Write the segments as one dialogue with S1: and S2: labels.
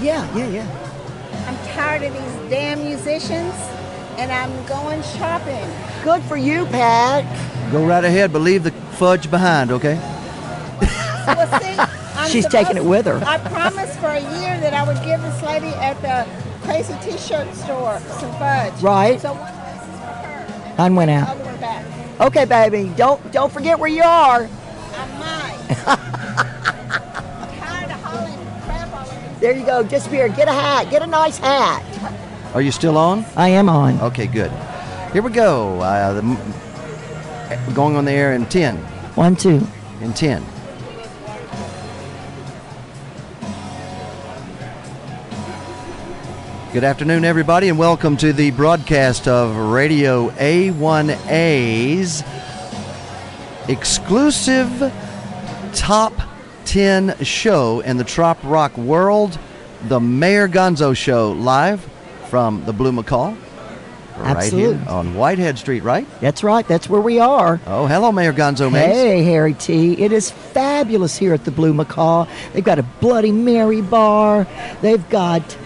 S1: Yeah, yeah, yeah.
S2: I'm tired of these damn musicians, and I'm going shopping.
S1: Good for you, Pat.
S3: Go right ahead, but leave the fudge behind, okay?
S2: Well, see, I'm
S1: She's taking it
S2: supposed-
S1: with her.
S2: I promised for a year that I would give this lady at the crazy T-shirt store some fudge.
S1: Right.
S2: So one of this is for her,
S1: Mine went
S2: and the
S1: out.
S2: other one back.
S1: Okay, baby. Don't don't forget where you are.
S2: I might. tired of hauling crap all over.
S1: There you go. Just here. Get a hat. Get a nice hat.
S3: Are you still on?
S1: I am on.
S3: Okay, good. Here we go. Uh, the, m- eh, going on the air in 10.
S1: One, two.
S3: In 10. Good afternoon, everybody, and welcome to the broadcast of Radio A1A's exclusive top 10 show in the Trop Rock world, the Mayor Gonzo Show, live from the Blue McCall. Right here
S1: Absolutely.
S3: on Whitehead Street, right?
S1: That's right. That's where we are.
S3: Oh, hello, Mayor Gonzo Mays.
S1: Hey, Harry T. It is fabulous here at the Blue Macaw. They've got a Bloody Mary bar. They've got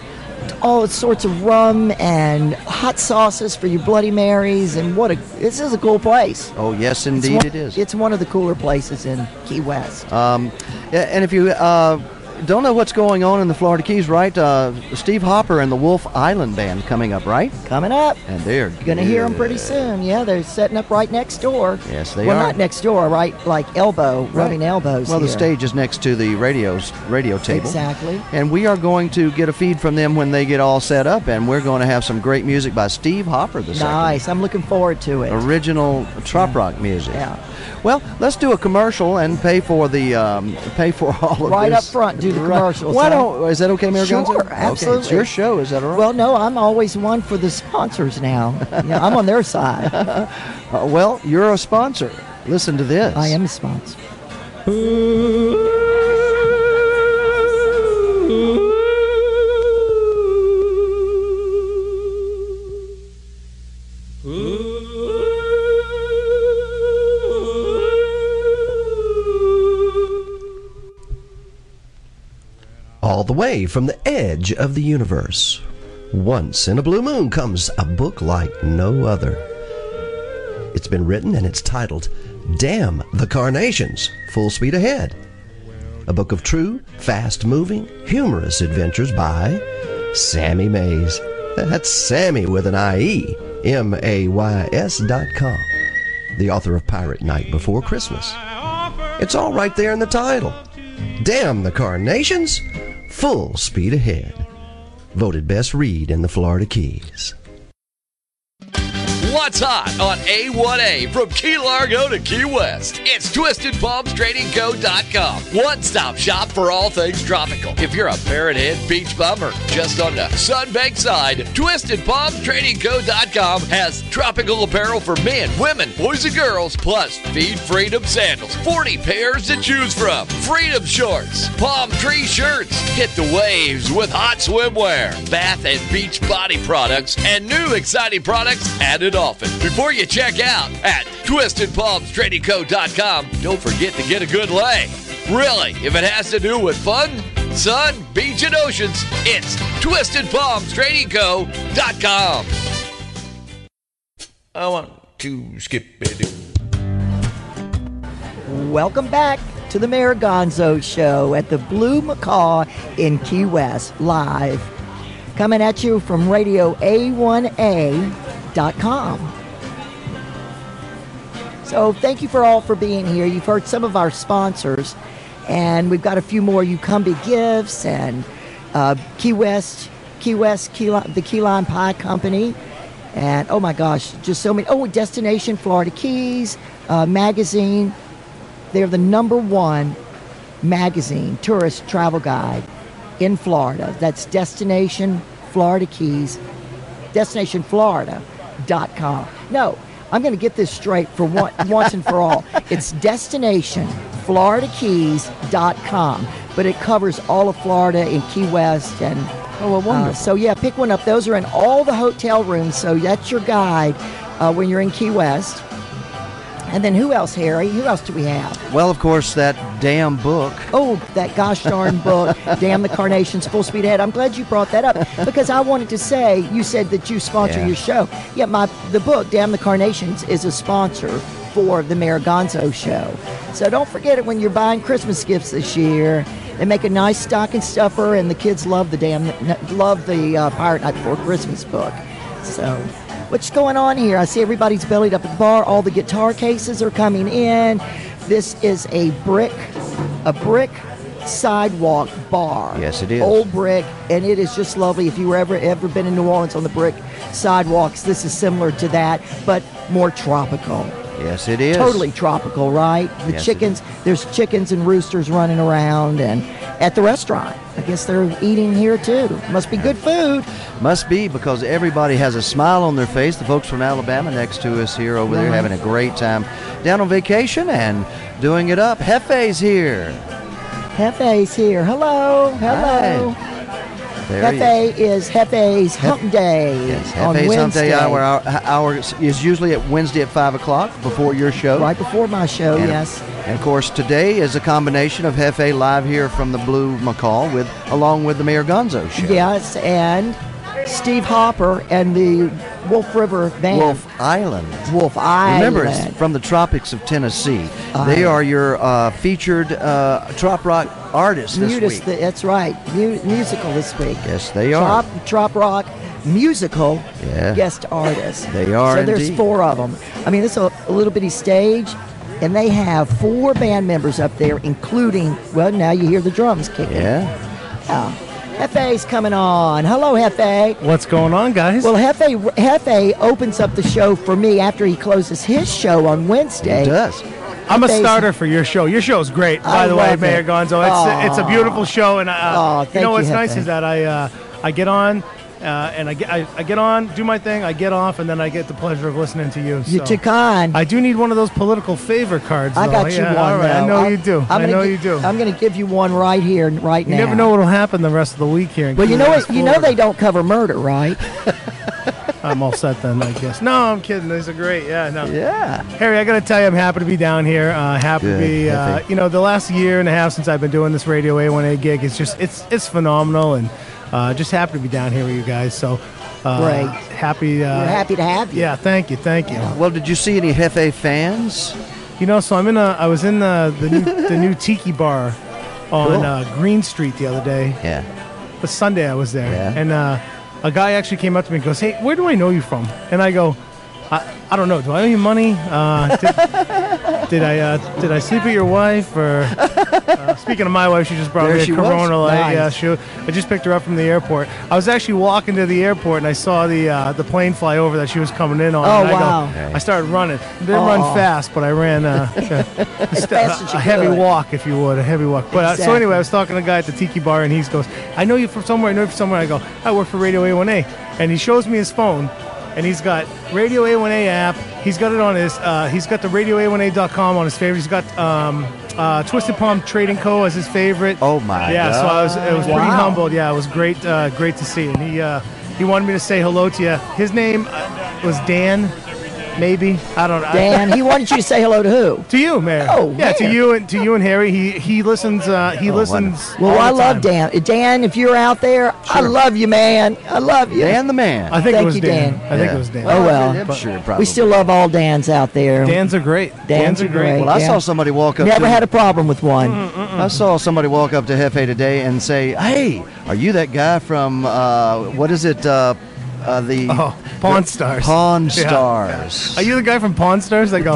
S1: all sorts of rum and hot sauces for your Bloody Marys. And what a this is a cool place.
S3: Oh, yes,
S1: It's
S3: indeed
S1: one-
S3: it is.
S1: It's one of the cooler places in Key West.
S3: Um, yeah, and if you uh, don't know what's going on in the Florida Keys, right? Uh, Steve Hopper and the Wolf Island Band coming up, right?
S1: Coming up.
S3: And they're
S1: You're gonna hear them pretty
S3: good.
S1: soon. Yeah, they're setting up right next door.
S3: Yes, they
S1: well,
S3: are.
S1: not next door, right? Like elbow,
S3: Right.
S1: rubbing elbows.
S3: Well, the
S1: here.
S3: stage is next to the radio radio table.
S1: Exactly.
S3: And we are going to get a feed from them when they get all set up, and we're going to have some great music by Steve Hopper this
S1: Nice. I'm looking forward to it.
S3: afternoon. Original trop rock music.
S1: Yeah.
S3: Well, let's do a commercial and pay for the um, pay for all of
S1: Right
S3: this.
S1: up front, do the
S3: Right.
S1: commercials,
S3: Why
S1: huh?
S3: don't? Is that okay, Mayor
S1: Sure,
S3: Gonzo? Okay, it's
S1: absolutely.
S3: your show. Is that all right?
S1: Well, no, I'm always one for the sponsors now. Yeah, I'm on their side.
S3: Uh, well, you're a sponsor. Listen to this.
S1: I am a sponsor.
S4: all the way from the edge of the universe. Once in a blue moon comes a book like no other. It's been written and it's titled Damn the Carnations Full Speed Ahead. A book of true, fast moving, humorous adventures by Sammy Mays. That's Sammy with an E, I-E, M-A-Y-S dot com. The author of Pirate Night Before Christmas. It's all right there in the title. Damn the Carnations! Full speed ahead. Voted best read in the Florida Keys.
S5: What's hot on A1A from Key Largo to Key West? It's TwistedBumsTradingCo.com. One stop shop for all things tropical. If you're a Parrot Head beach bum or just on the Sunbaked side, TwistedBumsTradingCo.com has tropical apparel for men, women, boys, and girls, plus feed freedom sandals. 40 pairs to choose from. Freedom shorts, palm tree shirts. Hit the waves with hot swimwear, bath and beach body products, and new exciting products added often. Before you check out at twistedpalmstradingco.com, don't forget to get a good lay. Really, if it has to do with fun, sun, beach, and oceans, it's twistedpalmstradingco.com.
S6: I want to skip it.
S1: Welcome back to the Mayor Gonzo Show at the Blue Macaw in Key West, live. Coming at you from radio A1A.com. So thank you for all for being here. You've heard some of our sponsors, and we've got a few more Ucumbe Gifts and uh, Key West, Key West, Key Li- the Key Lime Pie Company, and oh my gosh, just so many. Oh, Destination Florida Keys uh, magazine. They're the number one magazine tourist travel guide in Florida. That's Destination Florida Keys, destinationflorida.com. No, I'm going to get this straight for one, once and for all. It's destinationfloridakeys.com, but it covers all of Florida and Key West and
S3: Oh, well,
S1: uh, so yeah, pick one up. Those are in all the hotel rooms, so that's your guide uh, when you're in Key West. And then who else, Harry? Who else do we have?
S3: Well, of course, that damn book.
S1: Oh, that gosh darn book, Damn the Carnations, Full Speed Ahead. I'm glad you brought that up because I wanted to say you said that you sponsor
S3: Yeah.
S1: your show. Yeah, my the book Damn the Carnations is a sponsor for the Maragonzo show. So don't forget it when you're buying Christmas gifts this year. They make a nice stocking stuffer, and the kids love the damn love the uh, Pirate Night Before Christmas book. So. What's going on here? I see everybody's bellied up at the bar. All the guitar cases are coming in. This is a brick, a brick sidewalk bar.
S3: Yes, it is.
S1: Old brick, and it is just lovely. If you were ever ever been in New Orleans on the brick sidewalks, this is similar to that, but more tropical.
S3: Yes, it is.
S1: Totally tropical, right? The
S3: Yes, it
S1: chickens, there's chickens and roosters running around, and at the restaurant, I guess they're eating here too. Must be good food.
S3: Must be because everybody has a smile on their face. The folks from Alabama next to us here over there
S1: Right.
S3: having a great time down on vacation and doing it up. Hefe's here.
S1: Hefe's here. Hello, Oh, hello.
S3: There he is.
S1: Hefe is Hefe's Hump Day
S3: Yes,
S1: on
S3: Hefe's Hump
S1: Wednesday.
S3: Day hour, hour, hour is usually at Wednesday at 5 o'clock before your show.
S1: Right before my show,
S3: And-
S1: yes.
S3: And of course, today is a combination of Hefe live here from the Blue McCall with, along with the Mayor Gonzo show.
S1: Yes, and Steve Hopper and the Wolf River Band.
S3: Wolf Island.
S1: Wolf Island.
S3: Remember, it's from the tropics of Tennessee. they
S1: Island.
S3: are your uh, featured uh, trop rock artists this
S1: Mutis-
S3: week.
S1: th- that's right. Mu- musical this week.
S3: Yes, they are.
S1: Trop, trop rock musical
S3: Yeah.
S1: guest artists.
S3: They are
S1: So there's
S3: indeed.
S1: four of them. I mean, it's a, a little bitty stage, and they have four band members up there, including, well, now you hear the drums kicking.
S3: yeah.
S1: Yeah. Hefe's coming on. Hello, Hefe.
S7: What's going on, guys?
S1: Well, Hefe, Hefe opens up the show for me after he closes his show on Wednesday.
S3: It does.
S7: I'm a
S1: Hefe-
S7: starter for your show. Your show's great, by
S1: I
S7: the way,
S1: love
S7: Mayor
S1: it.
S7: Gonzo. It's it's a beautiful show, and
S1: Aw,
S7: uh, you
S1: thank
S7: know what's
S1: you,
S7: nice
S1: Hefe.
S7: is that I uh, I get on. Uh, and I get I, I get on, do my thing, I get off, and then I get the pleasure of listening to you.
S1: You
S7: so.
S1: took on.
S7: I do need one of those political favor cards.
S1: I
S7: though.
S1: got you
S7: Yeah,
S1: one.
S7: All right,
S1: now.
S7: I know
S1: I'm-
S7: you do. i
S1: I'm gonna
S7: know
S1: gi-
S7: you do.
S1: I'm going to give you one right here, and right
S7: you
S1: now.
S7: never know what'll happen the rest of the week here. in
S1: Well, you know
S7: Cleveland,
S1: what? You know
S7: Florida.
S1: they don't cover murder, right?
S7: I'm all set then, I guess. No, I'm kidding. These are great. Yeah, no.
S3: Yeah.
S7: Harry, I got to tell you, I'm happy to be down here. Uh, happy
S3: Good,
S7: to be, uh,
S3: happy.
S7: you know, the last year and a half since I've been doing this Radio A1A gig, it's just, it's, it's phenomenal, and uh, just happy to be down here with you guys. So, uh,
S1: Great.
S7: happy. Uh,
S1: We're happy to have you.
S7: Yeah, thank you, thank you.
S3: Well, did you see any Hefe fans?
S7: You know, so I'm in a, I was in uh, the the new, the new tiki bar on
S3: Cool.
S7: uh, Green Street the other day.
S3: Yeah.
S7: the Sunday I was there,
S3: Yeah.
S7: and uh, a guy actually came up to me and goes, "Hey, where do I know you from?" And I go, "I, I don't know. Do I owe you money? Uh, did, did I uh, did I sleep with your wife?" Or uh, speaking of my wife, she just brought
S3: There
S7: me a
S3: she was.
S7: Corona. Light. Yeah,
S1: Nice.
S7: she, I just picked her up from the airport. I was actually walking to the airport and I saw the uh, the plane fly over that she was coming in on.
S1: Oh,
S7: and I
S1: wow.
S7: Go, I started running. Didn't
S1: Aw.
S7: run fast, but I ran uh,
S1: As fast as
S7: a
S1: you
S7: heavy
S1: could.
S7: walk, if you would, a heavy walk. But uh, so
S1: Exactly.
S7: anyway, I was talking to a guy at the tiki bar, and he goes, "I know you from somewhere. I know you from somewhere." I go, "I work for Radio A1A," and he shows me his phone, and he's got Radio A1A app. He's got it on his. Uh, he's got the Radio A1A.com on his favorite. He's got um, uh, Twisted Palm Trading Co. as his favorite.
S3: Oh, my
S7: Yeah, so I was. It was pretty
S1: Wow.
S7: humbled. Yeah, it was great. Uh, great to see. And he uh, he wanted me to say hello to you. His name uh, was Dan. Maybe I don't know.
S1: Dan, he wanted you to say hello to who?
S7: To you, Mayor.
S1: Oh,
S7: yeah, to
S1: Mayor.
S7: you and to you and Harry. He he listens. Uh,
S3: Oh,
S7: he listens.
S1: Well,
S7: all
S1: I
S7: the
S1: love
S7: time.
S1: Dan. Uh, Dan, if you're out there, I love you, man. I love you.
S3: Dan the man.
S7: I think
S1: Thank
S7: it was
S1: you,
S7: Dan.
S1: Dan.
S7: I think
S3: Yeah.
S7: it was Dan.
S1: Oh, well.
S3: I'm sure, probably.
S1: we still love all Dans out there.
S7: Dan's are great. Mm,
S1: Dan's are great.
S3: Well, I
S1: Yeah.
S3: saw somebody walk up.
S1: Never
S3: to,
S1: had a problem with one.
S3: I saw somebody walk up to Hefe today and say, "Hey, are you that guy from uh, what is it? Uh, uh, the
S7: Oh, Pawn Stars.
S3: Pawn
S7: Yeah.
S3: Stars.
S7: Are you the guy from Pawn Stars? I go.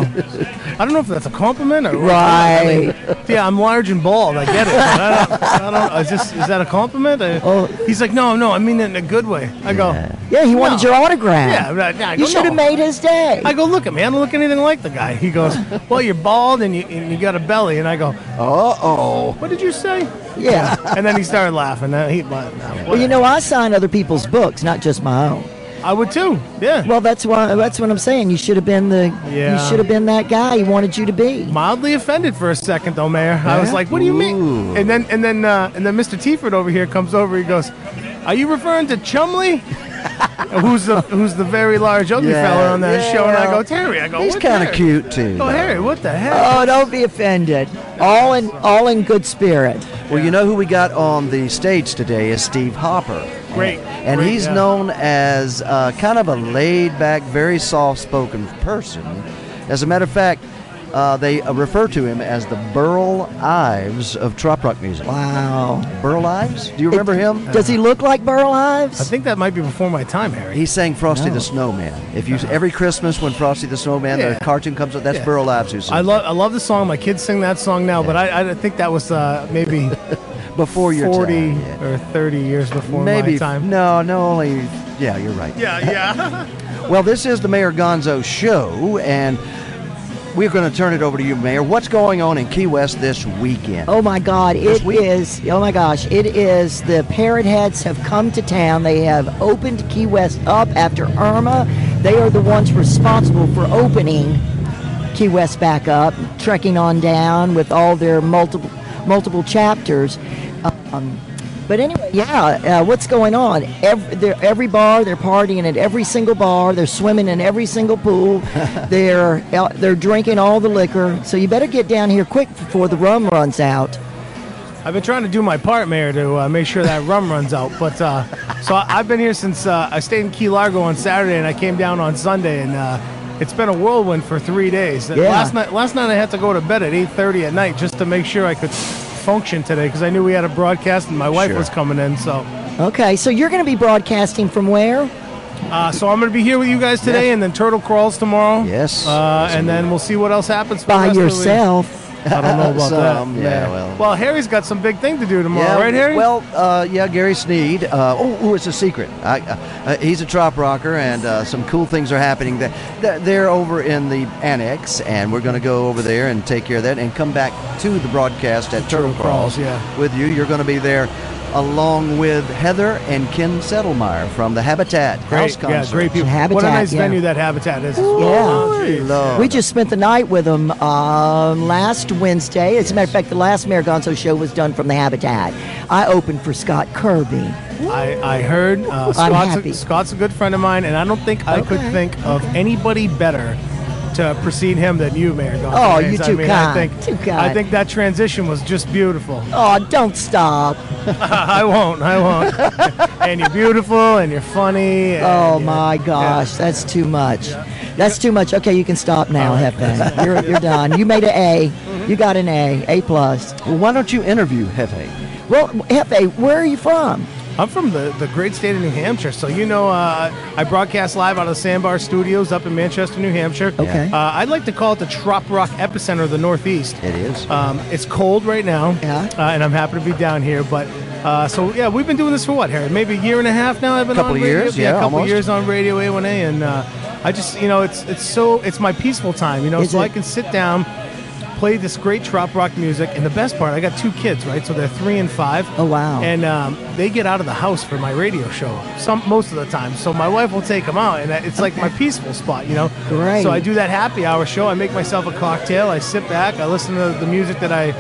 S7: I don't know if that's a compliment or
S1: Right.
S7: Yeah, I'm large and bald. I get it. But I don't. I don't is this is that a compliment? I-
S1: Oh.
S7: He's like, no, no. I mean it in a good way. I go.
S1: Yeah, he wanted
S7: No.
S1: your autograph.
S7: Yeah, but I- yeah, I
S1: you
S7: go,
S1: should have
S7: "No."
S1: made his day.
S7: I go, look at me. I don't look anything like the guy. He goes, well, you're bald and you, and you got a belly. And I go,
S3: Uh oh.
S7: what did you say?
S1: yeah.
S7: and then he started laughing. Uh, he, but, no,
S1: Well, you know, I sign other people's books, not just my own.
S7: I would too. Yeah.
S1: Well, that's why. That's what I'm saying. You should have been the. You
S7: Yeah.
S1: should have been that guy he wanted you to be.
S7: Mildly offended for a second though, Mayor. I was
S3: Yeah?
S7: like, "What do you mean?"
S3: Ooh.
S7: And then and then uh, and then Mr. Tiford over here comes over. He goes, "Are you referring to Chumley?" who's the who's the very large ugly
S3: Yeah,
S7: fella on that
S1: yeah,
S7: show, and I
S1: well,
S7: go Terry. I go
S3: He's
S7: "What,
S3: kind of
S7: Terry?"
S3: cute too.
S7: Oh Harry, what the hell?
S1: Oh, don't be offended. All in all in good spirit.
S3: Well, you know who we got on the stage today is Steve Hopper.
S7: Great,
S3: And
S7: great,
S3: he's
S7: yeah.
S3: known as uh, kind of a laid back, very soft spoken person. As a matter of fact, uh, they uh, refer to him as the Burl Ives of trop rock music.
S1: Wow.
S3: Burl Ives? Do you remember him?
S1: Does he look like Burl
S7: I
S1: Ives?
S7: think that might be before my time, Harry.
S3: He sang Frosty
S1: No.
S3: the Snowman. If you every Christmas when Frosty the Snowman,
S7: Yeah.
S3: the cartoon comes up, that's
S7: Yeah.
S3: Burl Ives who sings.
S7: I love I love the song. My kids sing that song now, but I, I think that was uh, maybe
S3: before your
S7: forty
S3: time, yeah.
S7: or thirty years before
S3: maybe
S7: my time.
S3: no, no, only yeah, you're right.
S7: Yeah, yeah.
S3: Well, this is the Mayor Gonzo show, and we're going to turn it over to you, Mayor. What's going on in Key West this weekend?
S1: Oh my God, it is. Oh my gosh, it is. The Parrot Heads have come to town. They have opened Key West up after Irma. They are the ones responsible for opening Key West back up, trekking on down with all their multiple multiple chapters. Um, but anyway, yeah, uh, what's going on? Every, they're, every bar, they're partying at every single bar. They're swimming in every single pool. they're out- they're drinking all the liquor. So you better get down here quick before the rum runs out.
S7: I've been trying to do my part, Mayor, to uh, make sure that rum runs out. But uh, so I, I've been here since uh, I stayed in Key Largo on Saturday, and I came down on Sunday, and uh, it's been a whirlwind for three days.
S1: Yeah.
S7: Last night, last night I had to go to bed at 8:30 at night just to make sure I could function today because I knew we had a broadcast and my wife
S3: Sure.
S7: was coming in. So,
S1: Okay, so you're going to be broadcasting from where?
S7: uh, so I'm going to be here with you guys today,
S3: Yes.
S7: and then Turtle crawls tomorrow.
S3: Yes.
S7: uh, and then we'll see what else happens. for the
S1: By
S7: rest of the week.
S1: yourself.
S7: I don't know about
S3: Some,
S7: that.
S3: um, yeah,
S7: man.
S3: well.
S7: Harry's got some big thing to do tomorrow,
S3: yeah,
S7: right, Harry?
S3: Well, uh, yeah, Gary Sneed. Uh, oh, ooh, it's a secret. I, uh, he's a trop rocker, and uh, some cool things are happening. That that- they're over in the annex, and we're going to go over there and take care of that, and come back to the broadcast at Turtle
S7: Crawls,
S3: Crawls.
S7: yeah.
S3: with you. You're going to be there. Along with Heather and Ken Settlemeyer from the Habitat House
S7: great,
S3: Concert.
S7: yeah, great people. what a
S1: Habitat,
S7: nice
S1: yeah.
S7: venue that Habitat is.
S1: Yeah.
S7: Gee.
S3: Lord.
S1: We just spent the night with them um, last Wednesday. As a matter of fact, the last Mayor Gonzo show was done from the Habitat. I opened for Scott Kirby.
S7: I, I heard uh, Scott's,
S1: happy.
S7: a, Scott's a good friend of mine, and I don't think I could
S1: Okay,
S7: think of anybody better to precede him than you, Mayor Gonzalez.
S1: Oh, you
S7: I
S1: too
S7: mean, I
S1: kind,
S7: think,
S1: too kind.
S7: I think that transition was just beautiful.
S1: Oh, don't stop.
S7: I won't. I won't. and you're beautiful, and you're funny. and
S1: Oh
S7: you're-
S1: my gosh, that's too much. That's too much. Okay, you can stop now, Hefe. You're, you're done. You made an A.
S7: Mm-hmm.
S1: You got an A, A plus.
S3: Well, why don't you interview Hefe?
S1: Well, Hefe, where are you from?
S7: I'm from the, the great state of New Hampshire, so you know uh, I broadcast live out of the Sandbar Studios up in Manchester, New Hampshire.
S1: Okay.
S7: Uh, I'd like to call it the Trop Rock epicenter of the Northeast.
S3: It is.
S7: Um, it's cold right now,
S1: Yeah.
S7: uh, and I'm happy to be down here. But uh, so yeah, we've been doing this for what, Harry? Maybe a year and a half now. I've been
S3: Couple
S7: on
S3: years,
S7: radio.
S3: yeah,
S7: a couple
S3: almost.
S7: years on Radio A1A, and uh, I just you know it's it's so it's my peaceful time, you know,
S1: Is
S7: so I
S1: it?
S7: can sit down. Play this great trop rock music, and the best part, I got two kids, right? So they're three and five.
S1: Oh, wow.
S7: And um, they get out of the house for my radio show some most of the time. So my wife will take them out, and it's like my peaceful spot, you know.
S1: Great.
S7: So I do that happy hour show. I make myself a cocktail. I sit back. I listen to the music that I,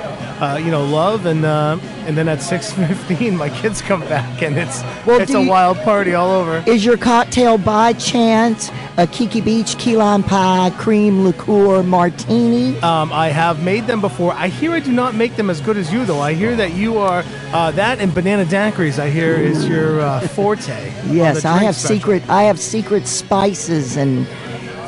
S7: uh, you know, love, and uh, and then at six fifteen, my kids come back, and it's
S1: Well,
S7: it's
S1: do
S7: a
S1: you-
S7: wild party all over.
S1: Is your cocktail by chance a Kiki Beach key lime pie cream liqueur martini?
S7: Um, I have made them before. I hear I do not make them as good as you, though. I hear that you are uh, that and banana daiquiris. I hear is your uh, forte. on
S1: Yes,
S7: the
S1: I
S7: drink
S1: have
S7: spectrum.
S1: secret. I have secret spices and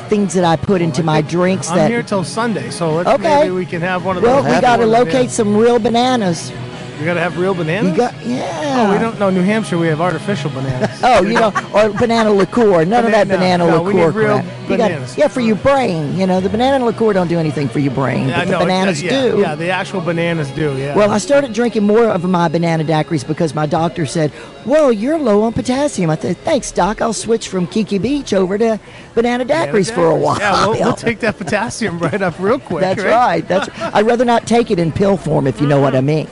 S1: things that I put into my drinks
S7: I'm
S1: that.
S7: here till Sunday, so let's,
S1: Okay.
S7: maybe we can have one of
S1: well,
S7: those.
S1: we got to locate some real bananas.
S7: We gotta have real bananas.
S1: You got yeah.
S7: Oh, we don't know. New Hampshire, we have artificial bananas.
S1: Oh, you know, or banana liqueur. None of that
S7: Banana-
S1: banana
S7: no, we
S1: liqueur.
S7: need real
S1: crap.
S7: bananas.
S1: yeah, for your brain. You know, the banana liqueur don't do anything for your brain,
S7: Yeah,
S1: but the
S7: no, it-
S1: bananas
S7: yeah,
S1: do.
S7: Yeah, the actual bananas do. Yeah.
S1: Well, I started drinking more of my banana daiquiris because my doctor said, "Whoa, you're low on potassium." I said, "Thanks, doc. I'll switch from Kiki Beach over to banana
S7: Banana
S1: daiquiris for a while."
S7: Yeah, we'll, we'll take that potassium right up real quick.
S1: That's right. That's. I'd rather not take it in pill form, if you know what I mean.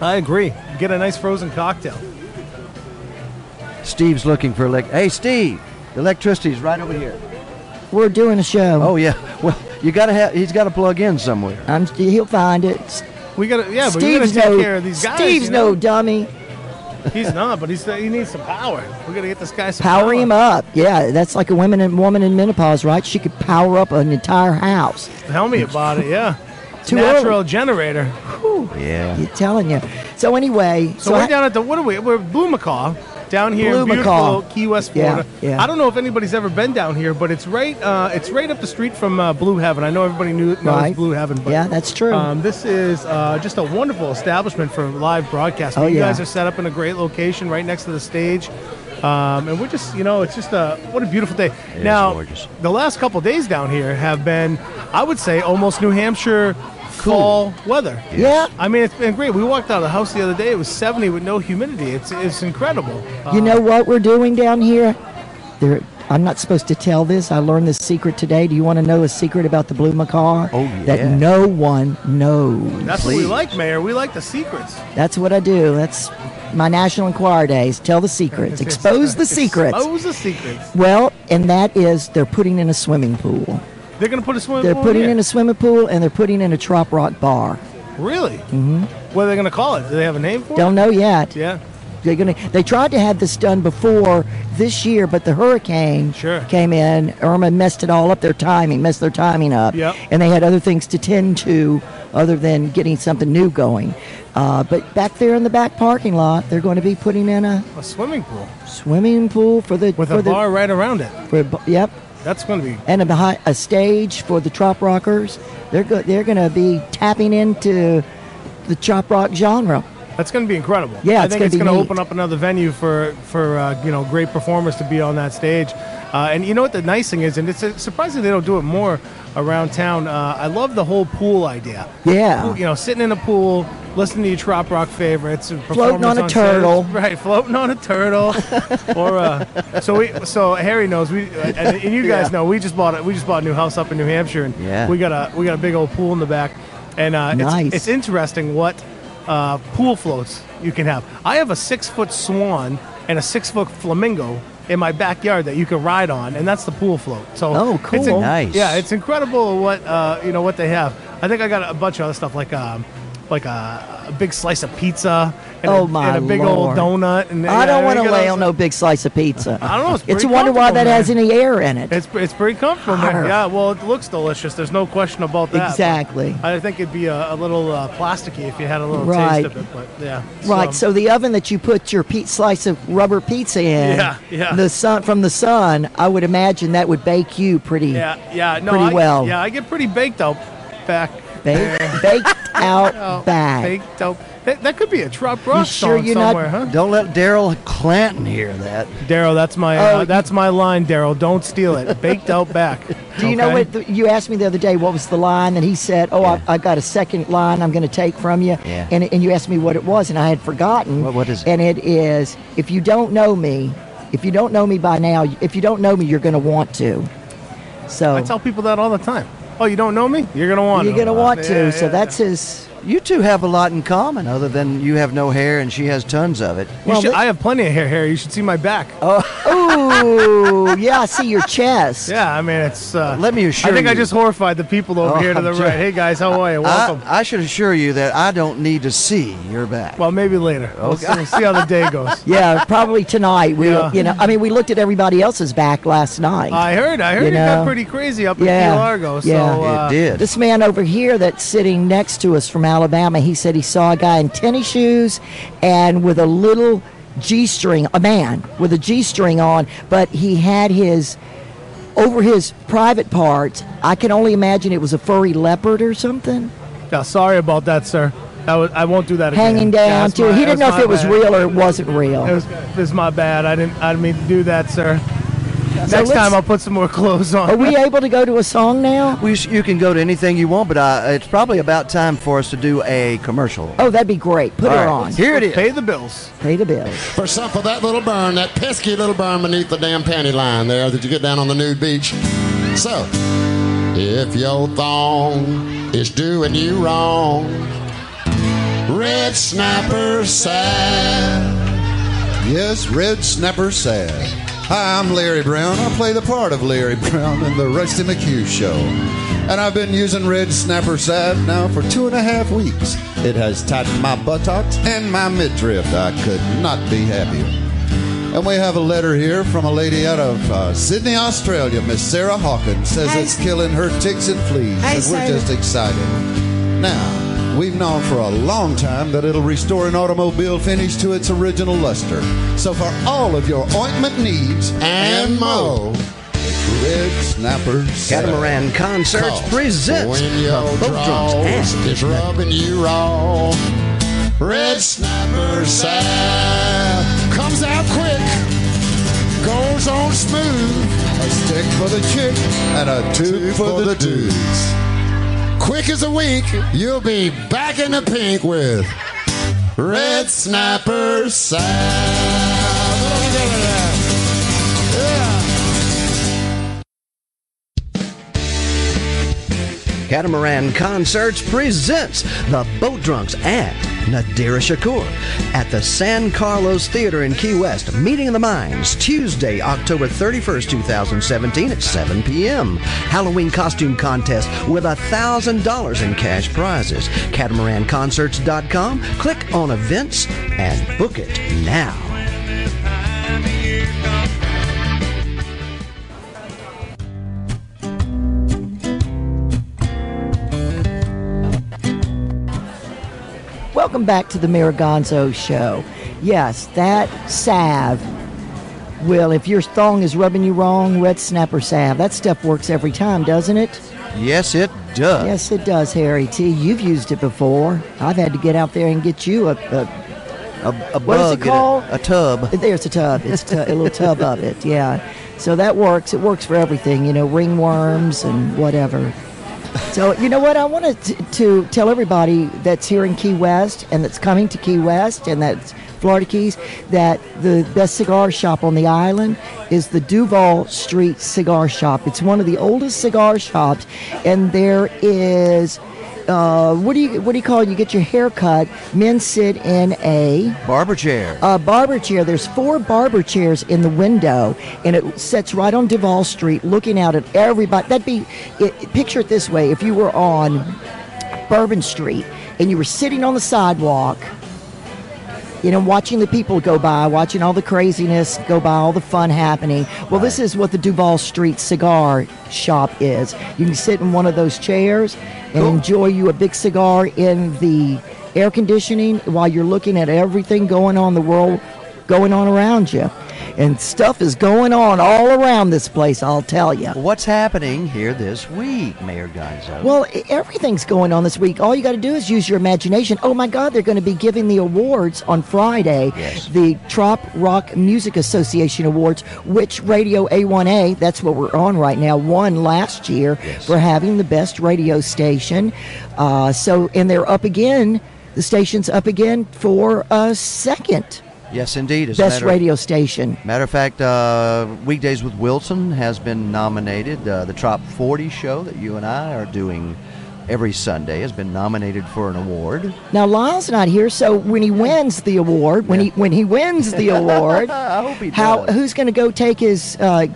S7: I agree. Get a nice frozen cocktail.
S3: Steve's looking for elect. Hey, Steve, the electricity's right over here.
S1: We're doing a show.
S3: Oh yeah. Well, you gotta have. He's got to plug in somewhere.
S1: I'm, he'll find it.
S7: We gotta. Yeah, but we gotta
S1: Steve's
S7: take
S1: no.
S7: care of these guys.
S1: Steve's
S7: you know?
S1: no dummy.
S7: He's not, but he's he needs some power. We gotta get this guy some
S1: Power him up. Yeah, that's like a woman and woman in menopause, right? She could power up an entire house.
S7: Tell me about it. Yeah.
S1: Too
S7: Natural
S1: early.
S7: generator.
S3: Yeah.
S1: You're telling you. So anyway,
S7: So,
S1: I-
S7: we're down at the what are we? We're Blue Macaw, down here in
S1: Blue
S7: beautiful
S1: Macaw.
S7: Key West,
S1: Yeah,
S7: Florida.
S1: yeah.
S7: I don't know if anybody's ever been down here, but it's right uh, it's right up the street from uh, Blue Heaven. I know everybody knew knows
S1: Right.
S7: Blue Heaven, but
S1: Yeah, that's true.
S7: Um, this is uh, just a wonderful establishment for live broadcast.
S1: Oh,
S7: you
S1: yeah.
S7: guys are set up in a great location, right next to the stage. Um, and we're just, you know, it's just a what a beautiful day.
S3: is
S7: now,
S3: gorgeous.
S7: the last couple days down here have been, I would say, almost New Hampshire fall weather.
S1: yeah,
S7: I mean, it's been great. We walked out of the house the other day. It was 70 with no humidity. It's, it's incredible.
S1: You
S7: Uh,
S1: know what we're doing down here? There, I'm not supposed to tell this. I learned this secret today. Do you want to know a secret about the blue macaw?
S3: Oh,
S1: That
S3: yeah.
S1: no one knows.
S7: that's what we
S3: please.
S7: like, Mayor. We like the secrets.
S1: That's what I do. That's my National Enquirer days. Tell the secrets. Expose the secrets.
S7: Expose the secrets.
S1: Well, and that is they're putting in a swimming pool.
S7: They're going to put a swimming
S1: They're
S7: pool
S1: putting in
S7: here.
S1: a swimming pool and they're putting in a trop rock bar.
S7: Really? Mm-hmm. What are they going to call it? Do they have a name for
S1: Don't know yet.
S7: it? Yeah.
S1: They're gonna. They tried to have this done before this year, but the hurricane
S7: Sure.
S1: came in. Irma messed it all up. Their timing messed their timing up.
S7: Yep.
S1: And they had other things to tend to, other than getting something new going. Uh, but back there in the back parking lot, they're going to be putting in a
S7: A swimming pool
S1: swimming pool for the
S7: with
S1: for
S7: a
S1: the,
S7: bar right around it.
S1: For, a bu- yep.
S7: That's going to be.
S1: And a, behi- a stage for the trop rockers. They're go- they're going to be tapping into the trop rock genre.
S7: That's going to be incredible.
S1: Yeah,
S7: I
S1: it's
S7: think
S1: gonna
S7: it's
S1: be
S7: going to
S1: neat.
S7: open up another venue for for uh, you know great performers to be on that stage. Uh, and you know what the nice thing is, and it's uh, surprising they don't do it more around town. Uh, I love the whole pool idea.
S1: Yeah.
S7: Pool- you know, sitting in a pool, listening to your trop rock favorites, and
S1: Floating
S7: performers
S1: on a
S7: stage.
S1: turtle.
S7: right? Floating on a turtle, or uh, so we so Harry knows we, uh, and, and you guys
S1: Yeah.
S7: know we just bought a, we just bought a new house up in New Hampshire, and
S3: Yeah.
S7: we got a we got a big old pool in the back, and uh,
S1: Nice.
S7: it's, it's interesting what uh, pool floats you can have. I have a six foot swan and a six foot flamingo in my backyard that you can ride on, and that's the pool float. So
S1: Oh,
S7: it's
S1: cool.
S3: Nice.
S7: Yeah, it's incredible what uh, you know what they have. I think I got a bunch of other stuff like um, like a, a big slice of pizza. And
S1: Oh,
S7: a,
S1: my
S7: and a big
S1: Lord.
S7: old donut. And
S1: I don't
S7: yeah,
S1: want to
S7: you
S1: lay
S7: know,
S1: on no big slice of pizza.
S7: I don't know, it's
S1: a
S7: pretty
S1: wonder why that
S7: comfortable,
S1: has
S7: man.
S1: any air in it.
S7: It's it's pretty comfortable. man.
S1: Hotter.
S7: Yeah, well, it looks delicious. There's no question about that. but
S1: Exactly.
S7: I think it'd be a, a little uh, plasticky if you had a little
S1: Right.
S7: taste of it, but yeah.
S1: right. So the oven that you put your pe- slice of rubber pizza in,
S7: Yeah, yeah.
S1: the sun from the sun, I would imagine that would bake you pretty
S7: yeah, yeah, no,
S1: pretty
S7: I,
S1: well.
S7: Yeah, I get pretty baked out back. Oh,
S1: ba- baked out bag.
S7: Baked out. That, that could be a trop rock
S1: sure
S7: song
S1: you're not-
S7: somewhere, huh?
S3: Don't let Daryl Clanton hear that.
S7: Daryl, that's my uh,
S1: Oh.
S7: that's my line, Daryl. Don't steal it. Baked out back.
S1: Do you know
S7: Okay?
S1: what the, you asked me the other day? What was the line? And he said, "Oh, I, I got a second line I'm going to take from you."
S3: Yeah.
S1: And and you asked me what it was, and I had forgotten.
S3: What- what is it?
S1: And it is, if you don't know me, if you don't know me by now, if you don't know me, you're going to want to. So
S7: I tell people that all the time. Oh, you don't know me? You're gonna want.
S1: you're
S7: to.
S1: going to want to.
S7: Yeah,
S1: so
S7: yeah,
S1: that's his.
S3: You two have a lot in common, other than you have no hair and she has tons of it.
S7: You
S1: Well,
S7: should-
S1: thi-
S7: I have plenty of hair here. You should see my back.
S1: Ooh, yeah, I see your chest.
S7: Yeah, I mean it's. Uh,
S3: Oh. Let me assure
S7: I think I
S3: you-
S7: just horrified the people over
S3: Oh,
S7: here to
S3: I'm
S7: the
S3: sure.
S7: right. Hey guys, how are you? Welcome.
S3: I, I should assure you that I don't need to see your back. Oh,
S7: well, maybe later.
S1: Oh,
S7: We'll see, we'll see how the day goes.
S1: Yeah, probably tonight. We,
S7: Yeah.
S1: you know, I mean, we looked at everybody else's back last night.
S7: I heard. I heard
S1: You
S7: it got
S1: know?
S7: pretty crazy up in
S1: Yeah,
S7: Key Largo. So,
S1: yeah. It
S7: uh,
S3: it did.
S1: This man over here that's sitting next to us from Alabama, he said he saw a guy in tennis shoes and with a little G string, a man with a G string on, but he had his over his private parts. I can only imagine it was a furry leopard or something
S7: yeah, sorry about that, sir. That was, I won't do that again.
S1: hanging
S7: Yeah,
S1: down
S7: that's
S1: to
S7: my-
S1: it. He
S7: that's
S1: didn't know if
S7: my
S1: it was
S7: bad.
S1: real or it wasn't
S7: It
S1: real.
S7: was. It's my bad. I didn't. I didn't mean to do that, sir. Next
S1: let's-
S7: time I'll put some more clothes on.
S1: Are we able to go to a song now?
S3: We, s- you can go to anything you want, but uh, it's probably about time for us to do a commercial.
S1: Oh, that'd be great. Put
S3: All
S1: her
S3: right,
S1: on.
S3: Here it is.
S7: Pay the bills.
S1: Pay the bills.
S8: For some, for that little burn, that pesky little burn beneath the damn panty line there that you get down on the nude beach. So, if your thong is doing you wrong, red snapper sad. Yes, red snapper sad. Hi, I'm Larry Brown. I play the part of Larry Brown in the Rusty McHugh Show. And I've been using Red Snapper Salve now for two and a half weeks. It has tightened my buttocks and my midriff. I could not be happier. And we have a letter here from a lady out of uh, Sydney, Australia. Miss Sarah Hawkins says
S2: Hi.
S8: it's killing her ticks and fleas,
S2: Hi,
S8: and we're
S2: Sarah.
S8: just excited. Now, we've known for a long time that it'll restore an automobile finish to its original luster. So for all of your ointment needs and mo, it's Red Snapper Salve.
S4: Catamaran Concerts
S8: Call
S4: presents
S8: when
S4: the
S8: your
S4: Boat Drums
S8: draws
S4: and
S8: is rubbing you raw. Red snapper salve comes out quick, goes on smooth. A stick for the chick and a tube for the dudes. Quick as a wink, you'll be back in the pink with Red Snapper Salve. Put it together now. Yeah.
S4: Catamaran Concerts presents the Boat Drunks and Nadira Shakur at the San Carlos Theater in Key West, Meeting of the Minds, Tuesday, October 31st, 2017 at 7 p.m. Halloween costume contest with $1,000 in cash prizes. CatamaranConcerts.com. Click on events and book it now.
S1: Welcome back to the Maragonzo Show. Yes, that salve will, if your thong is rubbing you wrong, red snapper salve. That stuff works every time, doesn't it?
S3: Yes, it does.
S1: Yes, it does, Harry T. You've used it before. I've had to get out there and get you a. a
S3: A
S1: What is it
S3: bug in a-
S1: called?
S3: A, tub.
S1: there's a tub. It's a tu- a little tub of it. Yeah. So that works. It works for everything, you know, ringworms and whatever. So, you know what? I wanted to, to tell everybody that's here in Key West and that's coming to Key West and that's Florida Keys that the best cigar shop on the island is the Duval Street Cigar Shop. It's one of the oldest cigar shops, and there is. Uh, what do you what do you call it? You get your hair cut. Men sit in a
S3: Barber chair.
S1: a barber chair. There's four barber chairs in the window, and it sits right on Duval Street, looking out at everybody. That'd be it, picture it this way: if you were on Bourbon Street and you were sitting on the sidewalk, you know, watching the people go by, watching all the craziness go by, all the fun happening. Well, this is what the Duval Street Cigar Shop is. You can sit in one of those chairs and enjoy you a big cigar in the air conditioning while you're looking at everything going on in the world going on around you. And stuff is going on all around this place, I'll tell you.
S3: What's happening here this week, Mayor Gonzo?
S1: Well, i- everything's going on this week. All you got to do is use your imagination. Oh my God, they're going to be giving the awards on Friday.
S3: Yes.
S1: The Trop Rock Music Association Awards, which Radio A1A, that's what we're on right now, won last year for having the best radio station. Uh, so, and they're up again. The station's up again for a second
S3: yes, indeed. As a
S1: best
S3: matter-
S1: radio station.
S3: Matter of fact, uh, Weekdays with Wilson has been nominated. Uh, the Trop 40 show that you and I are doing every Sunday has been nominated for an award.
S1: Now Lyle's not here, so when he wins the award, when he when he wins the award,
S3: I hope he
S1: how
S3: does.
S1: who's going to go take his uh,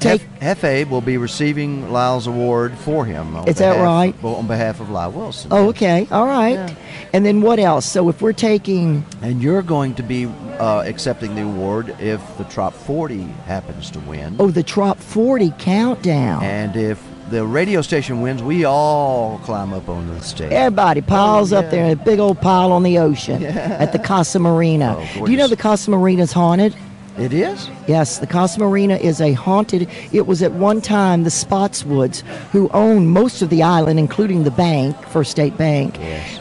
S1: take?
S3: Hef- Hefe will be receiving Lyle's award for him. on
S1: Is that
S3: behalf-
S1: right?
S3: well, on behalf of Lyle Wilson.
S1: oh, okay, all right.
S3: Yeah.
S1: And then what else? So if we're taking,
S3: And you're going to be uh, accepting the award if the Trop 40 happens to win.
S1: oh, the Trop 40 countdown.
S3: And if the radio station wins, we all climb up on the stage. Oh,
S1: Everybody piles
S3: yeah.
S1: up there in a big old pile on the ocean at the Casa Marina.
S3: Oh,
S1: Do you know
S3: gorgeous.
S1: the Casa Marina's haunted?
S3: It is?
S1: Yes, the Casa Marina is a haunted. It was at one time the Spotswoods, who own most of the island, including the bank, First State Bank,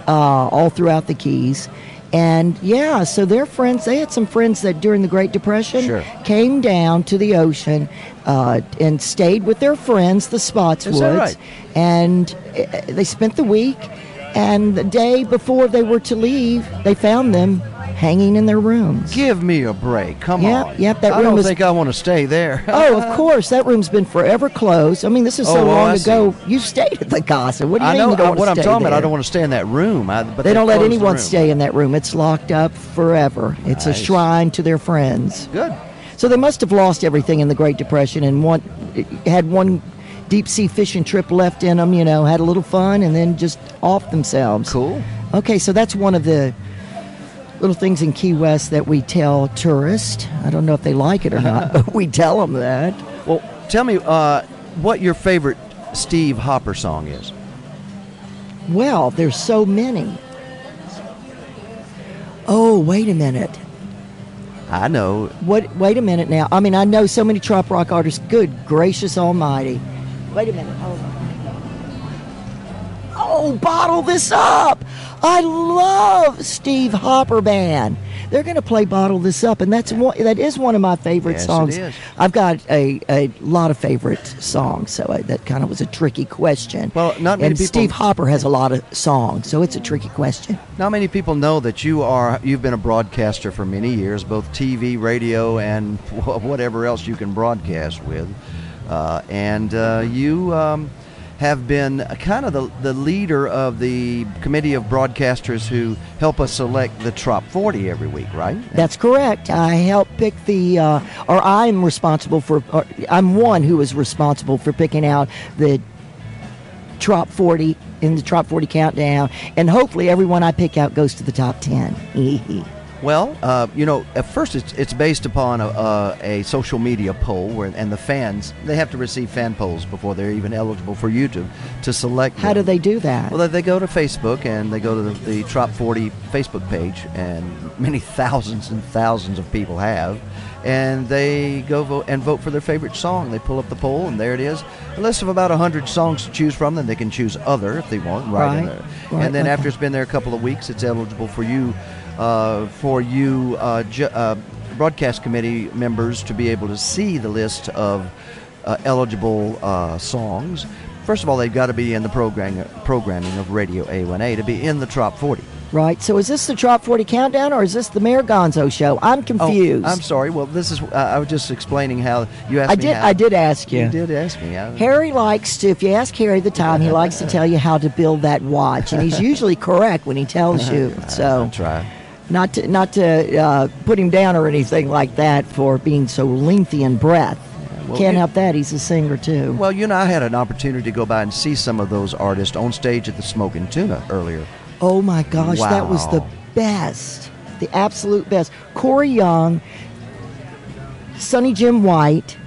S1: uh, all throughout the Keys. And yeah, so their friends, they had some friends that during the Great Depression
S3: Sure.
S1: came down to the ocean uh, and stayed with their friends, the Spotswoods.
S3: right?
S1: And uh, they spent the week. And the day before they were to leave, they found them hanging in their rooms.
S3: Give me a break. Come
S1: Yep,
S3: on.
S1: yep, that
S3: I don't
S1: room is-
S3: think I want to stay there.
S1: Oh, of course. That room's been forever closed. I mean, this is so
S3: Oh, well,
S1: long
S3: I see.
S1: ago. You stayed at the Casa. What do you
S3: I
S1: mean
S3: know
S1: you don't
S3: I-
S1: wanna
S3: what I'm
S1: stay
S3: talking about. I
S1: there?
S3: don't want to stay in that room. I, but
S1: They don't let
S3: closed the
S1: anyone
S3: room.
S1: stay in that room. It's locked up forever. It's a
S3: Nice.
S1: shrine to their friends.
S3: Good.
S1: So they must have lost everything in the Great Depression and one, had one deep sea fishing trip left in them, you know, had a little fun and then just off themselves.
S3: Cool.
S1: Okay, so that's one of the little things in Key West that we tell tourists. I don't know if they like it or not, but we tell them that.
S3: Well, tell me uh, what your favorite Steve Hopper song is.
S1: Well, there's so many. Oh, wait a minute.
S3: I know.
S1: What? Wait a minute now. I mean, I know so many trop rock artists. Good gracious almighty. Wait a minute. Hold on. Oh, bottle this up. I love Steve Hopper Band. They're going to play Bottle This Up, and that's one, that is one of my favorite
S3: Yes, it
S1: songs.
S3: is.
S1: I've got a, a lot of favorite songs, so I, that kind of was a tricky question.
S3: Well, not many
S1: and
S3: people-
S1: Steve Hopper has a lot of songs, so it's a tricky question.
S3: Not many people know that you are you've been a broadcaster for many years, both TV, radio, and wh- whatever else you can broadcast with, uh, and uh, you um, have been kind of the, the leader of the committee of broadcasters who help us select the top 40 every week, right?
S1: That's correct. I help pick the, uh, or I'm responsible for, or I'm one who is responsible for picking out the top 40 in the top 40 countdown, and hopefully everyone I pick out goes to the top 10.
S3: Well, uh, you know, at first it's, it's based upon a, a, a social media poll, where, and the fans they have to receive fan polls before they're even eligible for YouTube to select.
S1: How do
S3: them.
S1: they do that?
S3: Well, they- they go to Facebook and they go to the, the Trop 40 Facebook page, and many thousands and thousands of people have. And they go vote and vote for their favorite song. They pull up the poll, and there it is. A list of about 100 songs to choose from. Then they can choose other if they want, right? in
S1: Right.
S3: there.
S1: Right,
S3: and then
S1: okay.
S3: after it's been there a couple of weeks, it's eligible for you, uh, for you uh, ju- uh, broadcast committee members to be able to see the list of uh, eligible uh, songs. First of all, they've got to be in the program, programming of Radio A1A to be in the top 40.
S1: right. So is this the top 40 countdown, or is this the Mayor Gonzo show? I'm confused.
S3: Oh, I'm sorry. Well, this is. I I was just explaining how you asked
S1: I
S3: me.
S1: did.
S3: how-
S1: I did ask you.
S3: You did ask me. I-
S1: Harry likes to, if you ask Harry the time, he likes to tell you how to build that watch, and he's usually correct when he tells you. So
S3: I'll try.
S1: not to not to uh, put him down or anything like that for being so lengthy in breath.
S3: well,
S1: Can't
S3: you-
S1: help that. He's a singer too.
S3: Well, you know, I had an opportunity to go by and see some of those artists on stage at the Smoking Tuna earlier.
S1: oh my gosh, that was the
S3: wow.
S1: best, the absolute best. Corey Young, Sonny Jim White,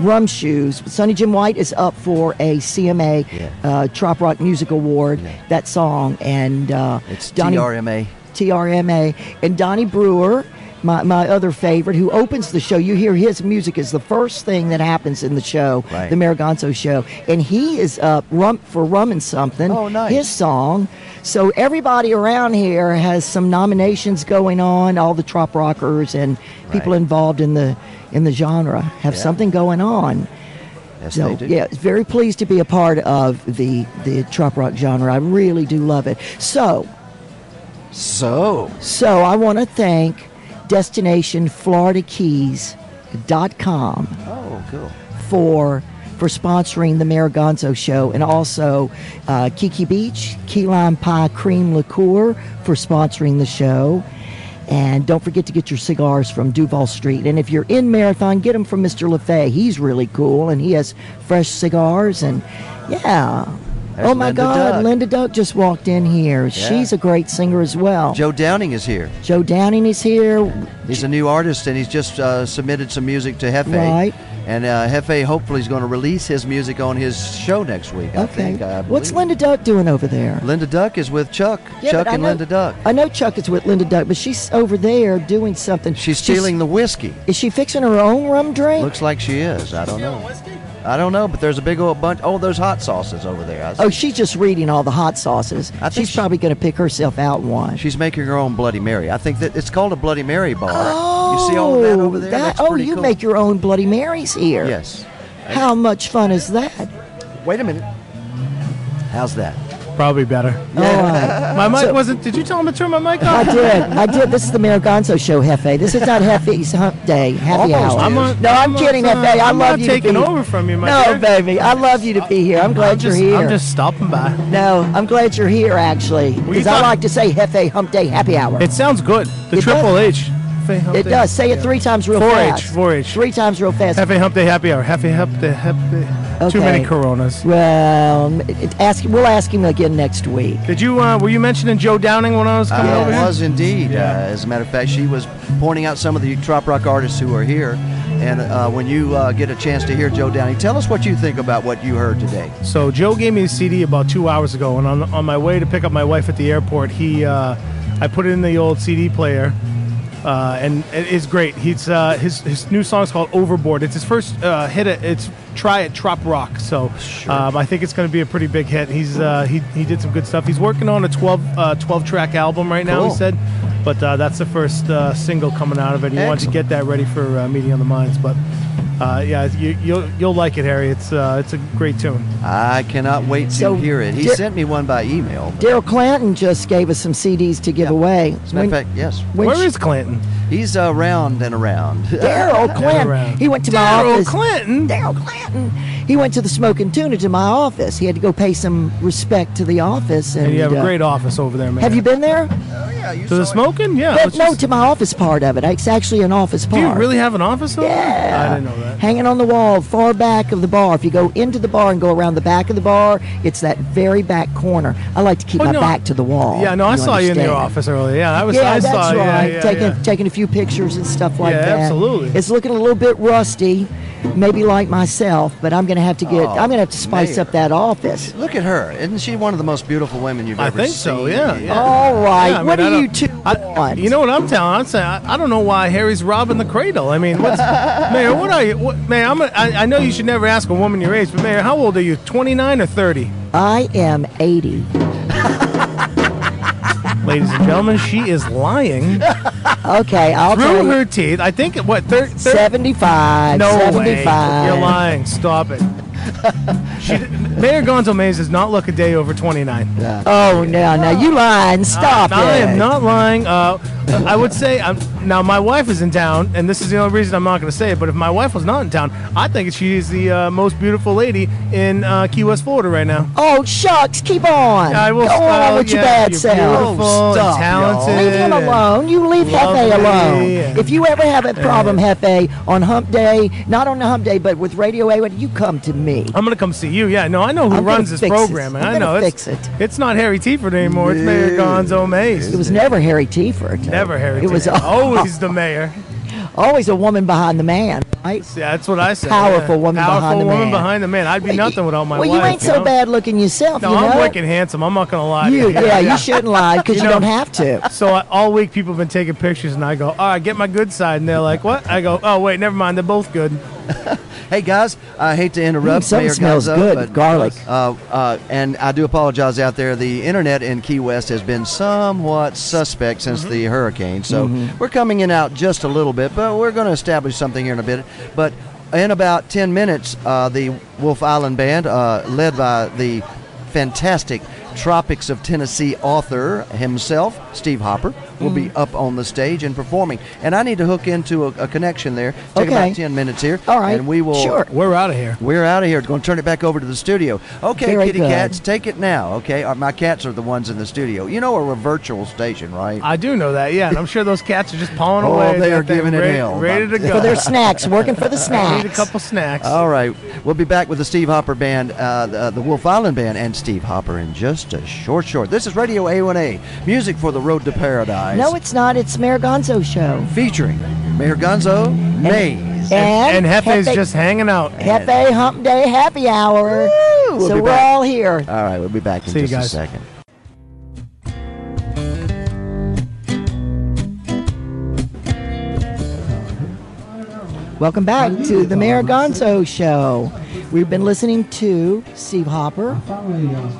S1: Rum Shoes. Sonny Jim White is up for a CMA
S3: Yeah.
S1: uh, Trop Rock Music Award. That song and uh,
S3: It's
S1: Donnie-
S3: TRMA.
S1: TRMA, and Donnie Brewer, my, my other favorite, who opens the show. You hear his music is the first thing that happens in the show,
S3: Right.
S1: the Maragonzo show, and he is up rum for rum and something.
S3: Oh, nice.
S1: His song. So everybody around here has some nominations going on. All the trop rockers and people
S3: Right.
S1: involved in the in the genre have
S3: Yeah.
S1: something going on.
S3: Yes,
S1: So
S3: they do.
S1: yeah, it's very pleased to be a part of the the trop rock genre. I really do love it. So
S3: So,
S1: so I want to thank DestinationFloridaKeys.com
S3: oh, cool.
S1: for for sponsoring the Maragonzo show and also uh, Kiki Beach, Key Lime Pie Cream Liqueur for sponsoring the show. And don't forget to get your cigars from Duval Street. And if you're in Marathon, get them from Mr. LaFay. He's really cool and he has fresh cigars. And yeah.
S3: There's
S1: oh my
S3: Linda
S1: God,
S3: Duck.
S1: Linda Duck just walked in here. She's a great singer as well.
S3: Joe Downing is here.
S1: Joe Downing is here.
S3: He's a new artist, and he's just uh, submitted some music to Hefe.
S1: Right.
S3: And uh, Hefe hopefully is going to release his music on his show next week. I
S1: Okay.
S3: think, Uh, I
S1: What's
S3: believe.
S1: Linda Duck doing over there?
S3: Linda Duck is with Chuck.
S1: Yeah,
S3: Chuck
S1: but I
S3: and
S1: know-
S3: Linda Duck.
S1: I know Chuck is with Linda Duck, but she's over there doing something.
S3: She's stealing the whiskey.
S1: Is she fixing her own rum drink?
S3: Looks like she is. I don't know. I don't know, but there's a big old bunch. Oh, those hot sauces over there. I see.
S1: oh, she's just reading all the hot sauces.
S3: I think
S1: She's
S3: she-
S1: probably going to pick herself out one.
S3: She's making her own Bloody Mary. I think that it's called a Bloody Mary bar.
S1: oh,
S3: you see all of that over there?
S1: that-
S3: That's
S1: oh,
S3: pretty
S1: you
S3: cool.
S1: make your own Bloody Marys here.
S3: Yes.
S1: How much fun is that?
S3: Wait a minute. How's that?
S7: Probably better.
S1: All right.
S7: My mic wasn't. Did you tell him to turn my mic
S1: Oh. I
S7: off?
S1: did. I did. This is the Mayor Gonzo show, Hefe. This is not Hefe's hump day, happy
S3: Almost
S1: hour.
S3: is. I'm
S7: on-
S1: no, I'm,
S7: I'm
S1: kidding,
S7: on-
S1: Hefe. I
S7: I'm
S1: love
S7: not
S1: you.
S7: taking
S1: to be,
S7: over from you, my
S1: No,
S7: dear.
S1: baby. I love you to be here. I'm glad
S7: I'm just,
S1: you're here.
S7: I'm just stopping by.
S1: No, I'm glad you're here, actually.
S7: you
S1: Because I
S7: talk-
S1: like to say Hefe Hump Day Happy Hour.
S7: It sounds good. The
S1: It
S7: Triple H. F.A. Hump
S1: It
S7: Day.
S1: does. Say it three times real
S7: 4-H,
S1: fast.
S7: 4-H.
S1: Three times real fast.
S7: F.A. Hump Day Happy Hour. F.A. Hump Day Happy Too many
S1: Okay.
S7: Coronas.
S1: Well, it- it- ask, we'll ask him again next week.
S7: Did you, uh, were you mentioning Joe Downing when I was coming
S3: Uh,
S7: over
S3: it
S7: here?
S3: was indeed. Uh, as a matter of fact, she was pointing out some of the trop rock artists who are here. And uh, when you uh, get a chance to hear Joe Downey, tell us what you think about what you heard today.
S7: So Joe gave me the CD about two hours ago, and on, on my way to pick up my wife at the airport, he, uh, I put it in the old CD player, uh, and it is great. He's uh, his his new song's called Overboard. It's his first uh, hit. At, it's try at trop rock. So um, I think it's going to be a pretty big hit. He's uh, he he did some good stuff. He's working on a 12, uh, 12 track album right now.
S3: Cool.
S7: He said. But uh, that's the first uh, single coming out of it. He wanted to
S3: Excellent.
S7: get that ready for uh, Meeting on the Minds, but uh, yeah, you, you'll you'll like it, Harry. It's uh, it's a great tune.
S3: I cannot wait to
S1: So,
S3: hear it. He
S1: Jer-
S3: sent me one by email.
S1: Daryl Clanton just gave us some CDs to give away.
S3: As a matter of fact, yes.
S1: when
S7: Where
S1: she-
S7: is Clinton?
S3: He's uh, round and around.
S1: Daryl Clanton.
S7: around.
S1: He went to my
S7: Daryl
S1: office.
S7: Clinton?
S1: Daryl Clanton. He went to the Smoking Tuna to my office. He had to go pay some respect to the office. And,
S7: And you have a
S1: uh,
S7: great office over there, man.
S1: Have you been there?
S7: Oh, to the smoking? Yeah.
S1: That-
S7: it's
S1: no,
S7: just-
S1: to my office part of it. It's actually an office
S7: do
S1: part.
S7: you really have an office? Over there?
S1: Yeah.
S7: I didn't know that.
S1: Hanging on the wall, far back of the bar. If you go into the bar and go around the back of the bar, it's that very back corner. I like to keep
S7: Oh,
S1: my
S7: no.
S1: back to the wall.
S7: Yeah, no, I saw you in your
S1: understand?
S7: office earlier. Yeah, I was.
S1: Yeah,
S7: I
S1: that's
S7: saw, yeah,
S1: right.
S7: yeah,
S1: taking
S7: yeah.
S1: taking a few pictures and stuff like
S7: Yeah,
S1: that.
S7: absolutely.
S1: It's looking a little bit rusty, maybe like myself, but I'm gonna have to get. I'm gonna have to
S7: Oh,
S1: spice
S3: Mayor.
S1: up that office.
S3: Look at her. Isn't she one of the most beautiful women you've
S7: I
S3: ever
S7: think
S3: seen?
S7: so. Yeah. yeah.
S1: All right.
S7: Yeah, I
S1: what
S7: mean, I
S1: do you
S7: don't-
S1: two
S7: I-
S1: want?
S7: You know what I'm telling? I'm saying I, I don't know why Harry's robbing the cradle. I mean, what's, Mayor? What are you, what, Mayor? I'm a, I, I know you should never ask a woman your age, but Mayor, how old are you? 29 or 30?
S1: I am 80.
S7: Ladies and gentlemen, she is lying
S1: Okay, I'll tell
S7: through
S1: you.
S7: her teeth. I think what thir- thir-
S1: 75.
S7: No
S1: 75.
S7: way. You're lying. Stop it. she, Mayor Gonzalez does not look a day over 29.
S1: Oh no, no, you lying. Stop it.
S7: I am not lying. Uh, I would say I'm, now my wife is in town, and this is the only reason I'm not going to say it. But if my wife was not in town, I think she is the uh, most beautiful lady in uh, Key West, Florida, right now.
S1: Oh shucks, keep on.
S7: I will
S1: Go on
S7: uh,
S1: with your
S7: yeah,
S1: bad
S7: you're
S1: self.
S7: Beautiful, and
S3: Stop, y'all.
S7: talented.
S1: Leave him
S7: and-
S1: alone. You leave
S7: lovely
S1: Hefe alone.
S7: and-
S1: If you ever have a problem, Hefe, on hump day, not on the hump day, but with Radio A, you come to me.
S7: I'm gonna come see you. Yeah, no, I know who
S1: I'm gonna
S7: runs this
S1: fix it.
S7: program, and
S1: I'm
S7: I know
S1: gonna
S7: it's
S1: fix it.
S7: it's not Harry Tieford anymore. It's Mayor Gonzo Mace.
S1: It was never Harry Tiefert.
S7: Never Harry.
S1: It was
S7: Tieford.
S1: al-
S7: always the mayor.
S1: always a woman behind the man, right?
S7: Yeah, that's what I said.
S1: Powerful
S7: yeah.
S1: woman
S7: Powerful
S1: behind the
S7: woman
S1: man.
S7: behind the man. I'd be nothing without Oh, my
S1: well,
S7: wife.
S1: you ain't so
S7: know?
S1: bad looking yourself.
S7: No,
S1: you know?
S7: I'm wicked handsome. I'm not gonna lie. to
S1: You,
S7: you.
S1: yeah, you shouldn't lie because you,
S7: know-
S1: don't have to.
S7: So I, all week people have been taking pictures, and I go, "All right, get my good side," and they're like, "What?" I go, "Oh wait, never mind. They're both good."
S3: Hey guys, I hate to interrupt.
S1: Mm, something
S3: Mayor
S1: smells
S3: Gonzo,
S1: good,
S3: but,
S1: garlic.
S3: Uh, uh, and I do apologize out there. The internet in Key West has been somewhat suspect since the hurricane, so
S1: Mm-hmm.
S3: we're coming in out just a little bit, but we're going to establish something here in a bit. But in about ten minutes, uh, the Wolf Island Band, uh, led by the fantastic Tropics of Tennessee author himself, Steve Hopper, will be
S1: Mm-hmm.
S3: up on the stage and performing. And I need to hook into a, a connection there. Take
S1: Okay.
S3: about ten minutes here.
S1: All right.
S3: And we will
S1: Sure.
S7: We're out of here.
S3: we're out of here. Going to turn it back over to the studio. Okay,
S1: Very
S3: kitty
S1: good.
S3: cats, take it now. Okay, Uh, my cats are the ones in the studio. You know, we're a virtual station, right?
S7: I do know that, yeah, and I'm sure those cats are just pawing
S3: Oh,
S7: away. at
S3: they
S7: that
S3: are
S7: thing,
S3: giving it
S7: ready,
S3: hell.
S7: Ready to go.
S1: For their snacks, working for the
S7: I
S1: snacks.
S7: need a couple snacks.
S3: All right, we'll be back with the Steve Hopper Band, uh, the, the Wolf Island Band, and Steve Hopper in just a short, short. This is Radio A1A, music for the road to paradise.
S1: No, it's not. It's Mayor Gonzo's show.
S3: featuring Mayor Gonzo Mays.
S1: And,
S7: and Hefe's just hanging out.
S1: Hefe Hump Day Happy Hour.
S3: Woo! We'll
S1: so
S3: be
S1: we're
S3: back.
S1: all here.
S3: All right, we'll be back in
S7: See you
S3: just a
S7: guys.
S3: second.
S1: Welcome back to the Mayor Gonzo Show. We've been listening to Steve Hopper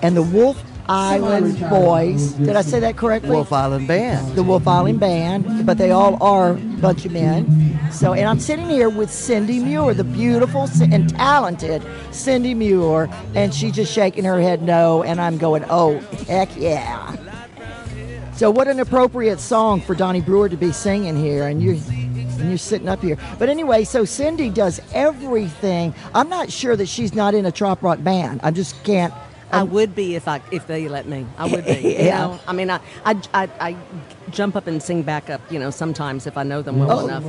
S1: and the Wolf Island Boys. Did I say that correctly?
S3: Wolf Island Band.
S1: the Wolf Island Band, but they all are a bunch of men. So, and I'm sitting here with Cindy Muir, the beautiful Ci- and talented Cindy Muir, and she's just shaking her head no, and I'm going, oh, heck yeah. So, what an appropriate song for Donnie Brewer to be singing here, and you. And you're sitting up here. But anyway, so Cindy does everything. I'm not sure that she's not in a trop rock band. I just can't
S9: I would be if I if they let me. I would be. You
S1: Yeah.
S9: know? I mean, I, I, I, I jump up and sing back up. You know, sometimes if I know them
S1: Oh,
S9: well enough.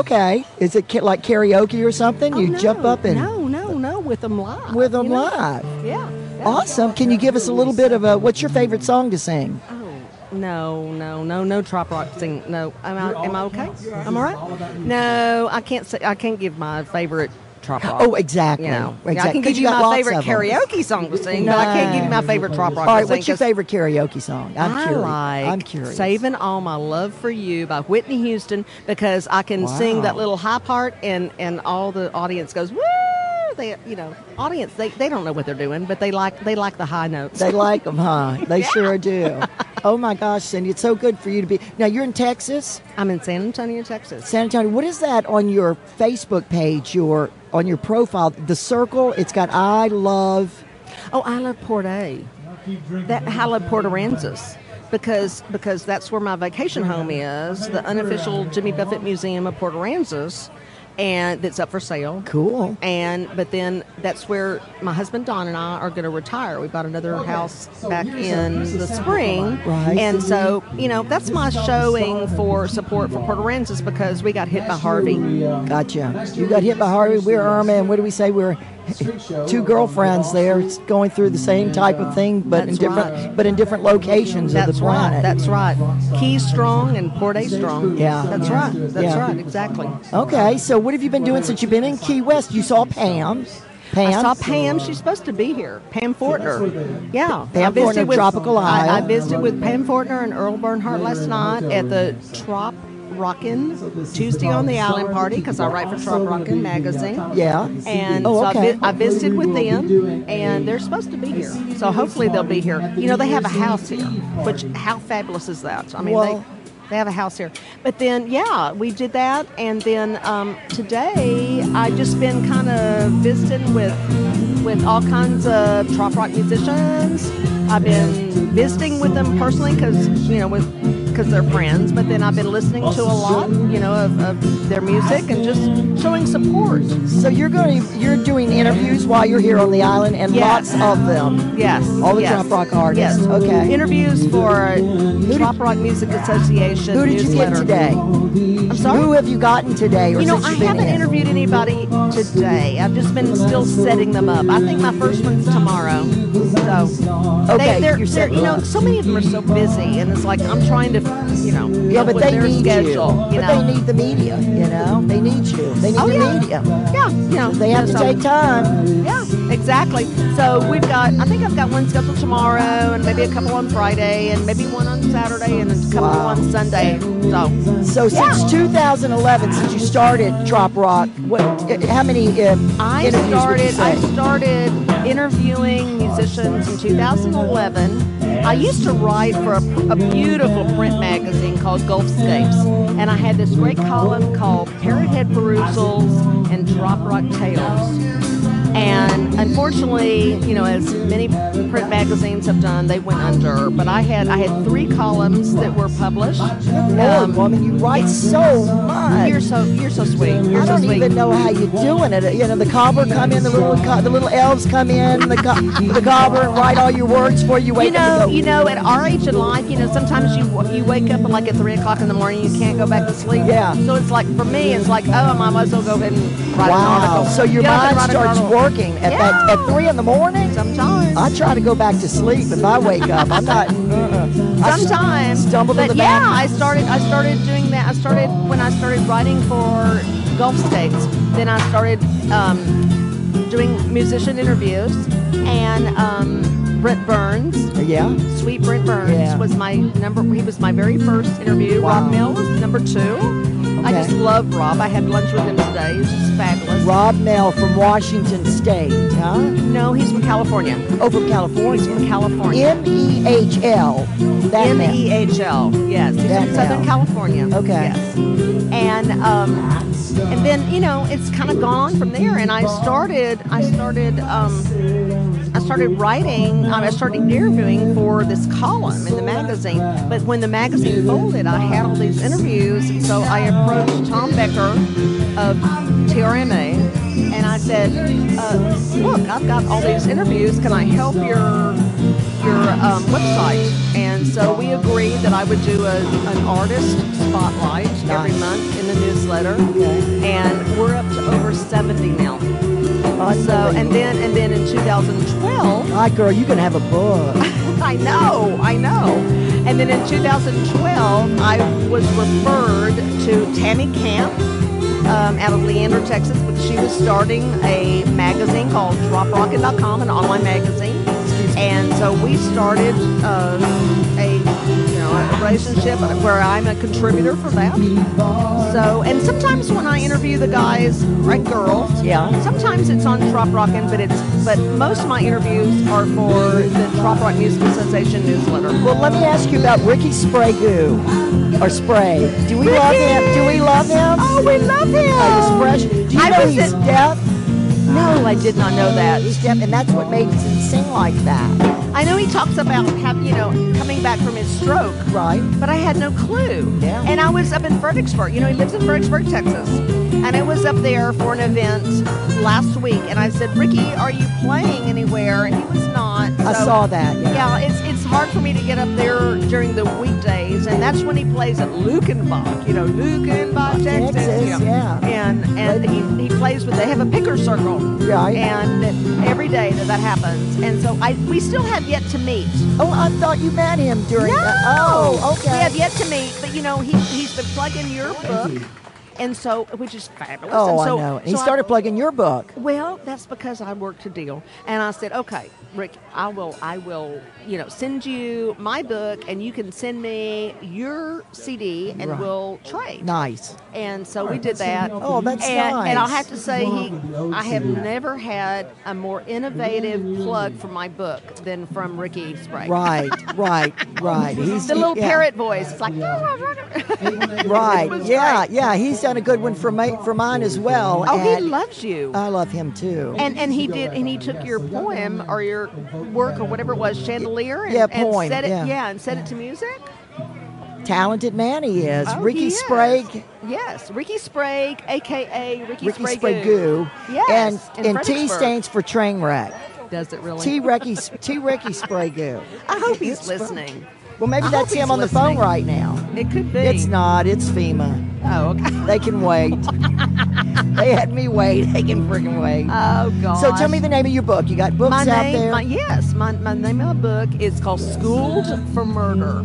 S1: Okay. Is it ki- like karaoke or something?
S9: Oh,
S1: you
S9: no,
S1: jump up and
S9: no, no, no, with them live.
S1: with them
S9: you know?
S1: live.
S9: Yeah. that's-
S1: Awesome. Can you give us a little bit of a what's your favorite song to sing?
S9: Oh, No, no, no, no trop rock sing. No, am I, am I okay? I'm all right. No, I can't say I can't give my favorite trop rock.
S1: Oh, exactly.
S9: You know,
S1: Exactly.
S9: I can
S1: 'Cause
S9: give
S1: you
S9: you,
S1: got
S9: my
S1: lots
S9: favorite
S1: of 'em.
S9: karaoke song to sing, but I can't give you my favorite trop rock.
S1: All right,
S9: to sing
S1: what's your
S9: 'cause
S1: favorite karaoke song? I'm
S9: I
S1: curious.
S9: like
S1: I'm curious.
S9: Saving All My Love for You by Whitney Houston because I can
S1: Wow.
S9: sing that little high part and, and all the audience goes, woo! They, you know, audience, they, they don't know what they're doing, but they like they like the high notes.
S1: They like them, huh? They sure do. Oh my gosh, Cindy, it's so good for you to be. Now you're in Texas,
S9: I'm in San Antonio, Texas.
S1: San Antonio. What is that on your Facebook page? Your on your profile, the circle. It's got I love.
S9: Oh, I love Port A. That I love Port Aransas because because that's where my vacation home is, the unofficial Jimmy Buffett Museum of Port Aransas, and that's up for sale.
S1: Cool.
S9: And but then that's where my husband Don and I are going to retire. We bought another house back in the spring,
S1: Right.
S9: and so you know that's my showing for support for Port Aransas because we got hit by Harvey.
S1: Gotcha. You got hit by Harvey. We're Irma, and what do we say? We're two girlfriends there It's going through the same type of thing, but in
S9: That's
S1: different
S9: right.
S1: but in different locations of
S9: That's
S1: the
S9: right.
S1: planet.
S9: That's right. Key strong and Port A strong.
S1: Yeah.
S9: That's right. That's
S1: Yeah.
S9: right. Exactly.
S1: okay. So what have you been doing since you've been in Key West? You saw Pam. Pam.
S9: I saw Pam. She's supposed to be here. Pam Fortner. Yeah.
S1: Pam
S9: I visited
S1: Fortner, Tropical Isle.
S9: I, I visited with Pam Fortner and Earl Bernhardt last night at the Trop Rockin' Tuesday on the Island party because I write for Trop Rockin' magazine.
S1: Yeah.
S9: And
S1: Oh,
S9: so I,
S1: okay.
S9: vi- I visited with them, and they're supposed to be here. So hopefully they'll be here. You know, they have a house here, which how fabulous is that? I mean,
S1: Well-
S9: they. They have a house here, but then yeah, we did that, and then um, today I just been kind of visiting with with all kinds of trop rock musicians. I've been visiting with them personally because you know with because they're friends, but then I've been listening to a lot, you know, of, of their music and just showing support.
S1: So you're going to you're doing interviews while you're here on the island, and lots
S9: Yes.
S1: of them.
S9: Yes.
S1: All the
S9: yes.
S1: drop rock artists.
S9: Yes.
S1: Okay.
S9: Interviews for Drop Rock Music Association.
S1: Who did you get
S9: newsletter.
S1: today?
S9: I'm sorry.
S1: Who have you gotten today? Or
S9: you know,
S1: since
S9: I
S1: you've been
S9: haven't
S1: in?
S9: interviewed anybody today. I've just been still setting them up. I think my first one's tomorrow. So
S1: Okay,
S9: they, they're,
S1: you're
S9: they're
S1: setting
S9: you know,
S1: them up.
S9: so many of them are so busy, and it's like I'm trying to, you know,
S1: Yeah, but
S9: with
S1: they
S9: their
S1: need
S9: schedule.
S1: you. but
S9: You know,
S1: they need the media. You know, they need you. They need
S9: oh
S1: the
S9: yeah,
S1: media.
S9: yeah, you know,
S1: They have to
S9: so-
S1: take time.
S9: Yeah, exactly. So we've got, I think I've got one scheduled tomorrow and maybe a couple on Friday and maybe one on Saturday and a couple
S1: Wow.
S9: on Sunday. So
S1: So since
S9: Yeah.
S1: 2011, since you started Trop Rock, what? uh, How many um,
S9: I
S1: interviews would you
S9: started, I
S1: say?
S9: started interviewing musicians in 2011. I used to write for a, a beautiful print magazine called Gulfscapes and I had this great column called Parrot Head Perusals and Drop Rock Tales. And unfortunately, you know, as many print magazines have done, they went under. But I had I had three columns that were published. Um,
S1: Lord, woman, you write so much.
S9: You're so you're so sweet. You're
S1: I
S9: so
S1: don't
S9: sweet.
S1: even know how you're doing it. You know, the cobbler come in, the little co- the little elves come in, the, co- the cobbler and write all your words for you. Wake
S9: you
S1: up
S9: know,
S1: and go,
S9: you know, at our age in life, you know, sometimes you you wake up like at three o'clock in the morning, you can't go back to sleep.
S1: Yeah.
S9: So it's like for me, it's like oh, I might as well go ahead and write an
S1: Wow.
S9: article.
S1: So your
S9: Get up
S1: mind
S9: and write an
S1: starts
S9: article.
S1: working at that
S9: Yeah.
S1: at three in the morning.
S9: Sometimes.
S1: I try to go back to sleep if I wake up. I'm not. Uh-uh. I st-
S9: sometimes
S1: stumbled
S9: but
S1: in the
S9: yeah
S1: bathroom.
S9: i started i started doing that i started when i started writing for gulf states then i started um, doing musician interviews and um, brent burns
S1: Yeah.
S9: sweet brent burns
S1: Yeah.
S9: was my number he was my very first interview
S1: Wow.
S9: rob mill was number two i
S1: Okay.
S9: just love rob i had lunch with him today he's just fabulous
S1: Rob Mel from Washington State, huh?
S9: no he's from california
S1: Oh, from
S9: he's
S1: California.
S9: from california
S1: M E H L. That
S9: M
S1: man.
S9: E H L. Yes, he's
S1: That
S9: from Southern
S1: now.
S9: California.
S1: Okay.
S9: Yes. And um, and then you know it's kind of gone from there. And I started I started um, I started writing. Um, I started interviewing for this column in the magazine. But when the magazine folded, I had all these interviews. So I approached Tom Becker of TRMA. and I said, uh, "Look, I've got all these interviews. Can I help your your um, website?" And so we agreed that I would do a, an artist spotlight every
S1: Nice.
S9: month in the newsletter,
S1: Okay.
S9: and we're up to over 70 now. So, and
S1: Unbelievable.
S9: then and then in 2012.
S1: All right, girl, you can have a book.
S9: I know, I know. And then in 2012, I was referred to Tammy Camp um, out of Leander, Texas, but she was starting a magazine called DropRocket.com, an online magazine. And so we started uh, a you know a relationship where I'm a contributor for that. So and sometimes when I interview the guys right girls,
S1: Yeah.
S9: Sometimes it's on Trop Rockin', but it's but most of my interviews are for the Trop Rock Music Association newsletter.
S1: Well, let me ask you about Ricky Sprague or Spray. Do we love him? Do we love him?
S9: Oh, we love him.
S1: Oh, he's fresh. Do you
S9: I
S1: know
S9: was
S1: he's
S9: at-
S1: deaf?
S9: No, I did not know that.
S1: He's deaf, and that's what made him sing like that,
S9: I know he talks about have, you know coming back from his stroke,
S1: right?
S9: but I had no clue.
S1: Yeah.
S9: And I was up in Fredericksburg. You know, he lives in Fredericksburg, Texas. And I was up there for an event last week, and I said, Ricky, are you playing anywhere? And he was not.
S1: I
S9: so-
S1: saw that. Yeah.
S9: Yeah, it's it's hard for me to get up there during the weekdays, and that's when he plays at Lukenbach. You know, Lukenbach, Texas.
S1: Texas,
S9: you know.
S1: yeah.
S9: And and he, he plays with they have a picker circle.
S1: Right.
S9: And every day that that happens, and so I we still have yet to meet.
S1: Oh, I thought you met him during.
S9: No.
S1: that. Oh, okay.
S9: We have yet to meet, but you know he he's been plugging your book, and so which is fabulous.
S1: Oh,
S9: and so,
S1: I know. And he
S9: so I-
S1: started plugging your book.
S9: well, that's because I worked a deal, and I said, "Okay, Rick, I will, I will, you know, send you my book, and you can send me your CD, and
S1: Right.
S9: we'll trade."
S1: Nice.
S9: And so we did that.
S1: Oh, that's
S9: and,
S1: nice.
S9: And I'll have to say, he, I have never had a more innovative plug for my book than from Ricky Sprague.
S1: Right, right, right. He's
S9: The little
S1: yeah.
S9: parrot voice. It's like, "Ah, oh,
S1: Right.
S9: was
S1: Yeah, yeah. He's done a good one for my, for mine as well.
S9: Oh, he
S1: and
S9: loves you.
S1: I love him too.
S9: And and he did, and he took your poem or your work or whatever it was, chandelier, and,
S1: Yeah,
S9: and
S1: poem,
S9: set it,
S1: yeah.
S9: and set it to music.
S1: Talented man he is.
S9: Oh,
S1: Ricky
S9: he is.
S1: Sprague.
S9: Yes, Ricky Sprague, aka Ricky,
S1: Ricky
S9: Sprague.
S1: Sprague.
S9: Yes,
S1: and
S9: in
S1: and T
S9: Fredericksburg.
S1: stands for train wreck.
S9: Does it really?
S1: T Ricky T Ricky Sprague.
S9: I hope he's listening.
S1: Well, maybe
S9: I
S1: that's
S9: hope
S1: him
S9: he's
S1: on the phone
S9: listening.
S1: right now.
S9: It could be.
S1: It's not. It's FEMA.
S9: Oh, okay.
S1: They can wait. they had me wait. They can freaking wait.
S9: Oh God.
S1: so tell me the name of your book. You got books
S9: my
S1: out
S9: name.
S1: there.
S9: My, yes, my, my name of the book is called Schooled for Murder.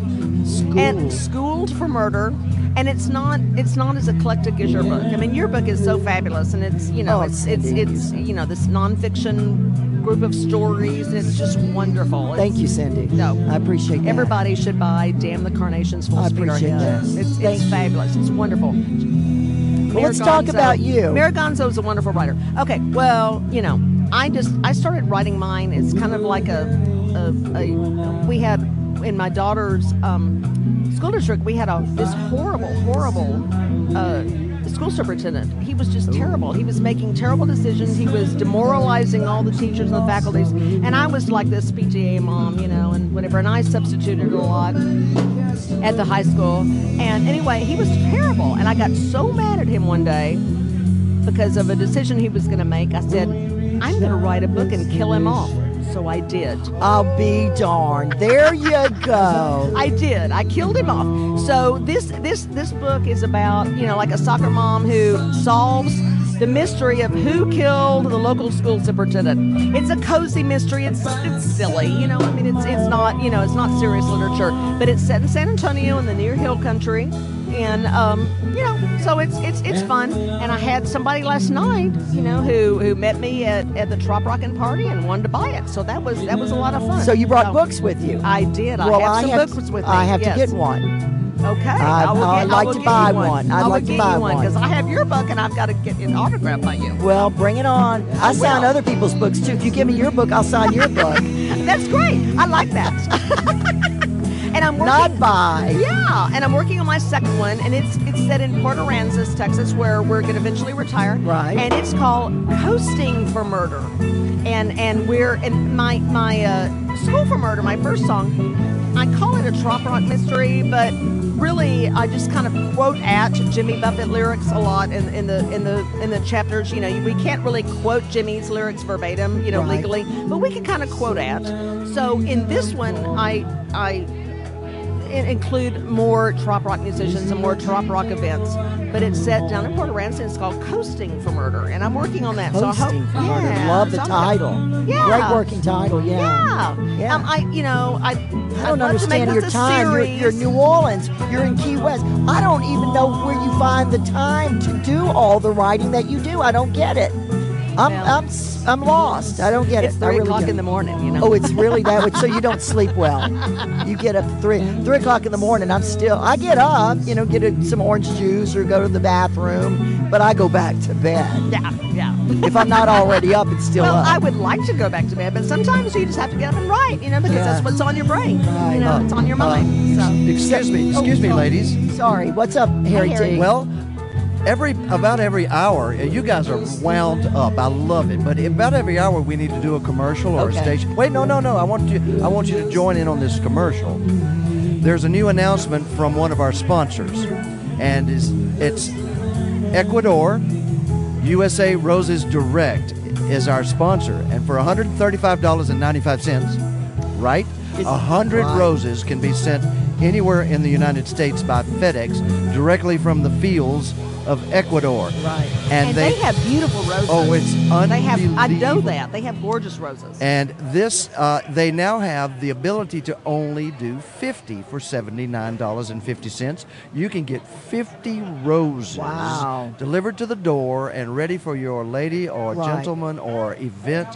S9: and schooled for murder and it's not it's not as eclectic as your book i mean your book is so fabulous and it's you know
S1: Oh,
S9: it's it's it's you know this nonfiction group of stories and it's just wonderful
S1: Thank
S9: It's-
S1: you, Cindy.
S9: No.
S1: I appreciate that.
S9: everybody should buy damn the carnations full
S1: I
S9: speed
S1: appreciate
S9: ahead
S1: that.
S9: it's,
S1: Thank
S9: it's
S1: you.
S9: fabulous it's wonderful
S1: Well, let's talk
S9: Maragonzo-
S1: about you.
S9: Maragonzo is a wonderful writer. Okay, well, you know, I just I started writing mine. It's kind of like a, a, a we had in my daughter's um, school district. We had a this horrible, horrible uh, school superintendent. He was just terrible. He was making terrible decisions. He was demoralizing all the teachers and the faculties. And I was like this PTA mom, you know, and whatever. And I substituted a lot at the high school. And anyway, he was terrible. And I got so mad at him one day because of a decision he was going to make. I said, I'm going to write a book and kill him off. So I did.
S1: I'll be darned. There you go.
S9: I did. I killed him off. So this this this book is about you know like a soccer mom who solves the mystery of who killed the local school superintendent. It's a cozy mystery. It's it's silly. You know, I mean, it's it's not you know it's not serious literature, but it's set in San Antonio in the near hill country, and um, you know, so it's it's it's fun. And I had somebody last night, you know, who who met me at, at the Trop Rockin' party and wanted to buy it. So that was that was a lot of fun.
S1: So you brought books with you.
S9: I did. I
S1: well,
S9: have some
S1: I have,
S9: books with me.
S1: I have
S9: yes.
S1: to get one.
S9: Okay.
S1: I-
S9: will
S1: I'd
S9: get-
S1: like
S9: will
S1: to
S9: get
S1: buy
S9: you
S1: one. I'd
S9: I will
S1: like to
S9: get
S1: buy
S9: you one
S1: one.
S9: because I have your book and I've got to get an autograph by you.
S1: Well, bring it on. I sign
S9: will.
S1: other people's books too. If you give me your book, I'll sign your book.
S9: That's great. I like that. and I'm working.
S1: Not by.
S9: yeah, and I'm working on my second one, and it's it's set in Port Aransas, Texas, where we're going to eventually retire.
S1: Right.
S9: And it's called Coasting for Murder, and and we're and my my uh, School for Murder, my first song, I call it a trop rock mystery, but really, I just kind of quote at Jimmy Buffett lyrics a lot in, in the in the in the chapters. You know, we can't really quote Jimmy's lyrics verbatim, you know,
S1: Right.
S9: legally, but we can kind of quote at. So in this one, I I in- include more trop rock musicians and more trop rock events. But it's set down in Port Aransas. and It's called Coasting for Murder, and I'm working on that. so I
S1: Hosting
S9: hope,
S1: for Murder.
S9: Yeah,
S1: Love the
S9: so I'm-
S1: title.
S9: Yeah.
S1: Great working title, yeah.
S9: Yeah.
S1: Yeah.
S9: Um, I, you know, I,
S1: I don't
S9: I'd love to make
S1: understand
S9: this
S1: your
S9: a
S1: time. You're,
S9: series.
S1: you're New Orleans. You're in Key West. I don't even know where you find the time to do all the writing that you do. I don't get it. I'm
S9: Well.
S1: I'm s- I'm lost. I don't get
S9: It's
S1: it. I
S9: three
S1: really
S9: o'clock
S1: don't.
S9: in the morning, you know.
S1: Oh, it's really that way. So you don't sleep well. You get up at three three o'clock in the morning. I'm still. I get up, you know, get a, some orange juice or go to the bathroom, but I go back to bed.
S9: yeah, yeah.
S1: If I'm not already up, it's still
S9: Well,
S1: up.
S9: I would like to go back to bed, but sometimes you just have to get up and write, you know, because
S1: Yeah.
S9: that's what's on your brain.
S1: Right. Uh,
S9: You know, it's on your mind. so.
S3: Uh, Excuse me, excuse me, ladies.
S1: Oh, Sorry. What's up, Harry
S2: Harry.
S1: T?
S3: Well, every about every hour, uh, you guys are wound up. I love it. But about every hour, we need to do a commercial or
S1: Okay.
S3: a station. Wait, no, no, no. I want you. I want you to join in on this commercial. There's a new announcement from one of our sponsors, and is it's Ecuador USA Roses Direct is our sponsor, and for $135.95, right? A hundred roses can be sent anywhere in the United States by FedEx directly from the fields of Ecuador. Right. And,
S9: And
S3: they,
S9: they, have beautiful roses.
S3: Oh, it's
S9: They have, I know
S3: unbelievable.
S9: that. They have gorgeous roses.
S3: and this uh, they now have the ability to only do 50 for $79.50. You can get 50 roses
S1: Wow.
S3: delivered to the door and ready for your lady or
S1: Right.
S3: gentleman or event